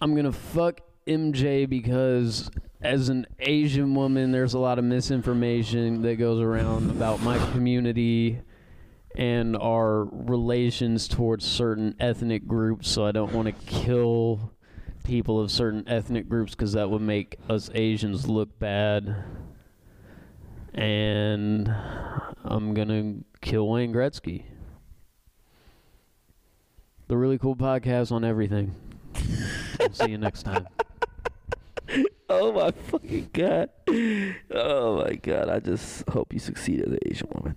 I'm gonna fuck MJ because as an Asian woman, there's a lot of misinformation that goes around about my community and our relations towards certain ethnic groups. So I don't want to kill people of certain ethnic groups because that would make us Asians look bad and I'm gonna kill Wayne Gretzky. The really cool podcast on everything. I'll see you next time.
Oh my fucking god. Oh my god. I just hope you succeed as an Asian woman.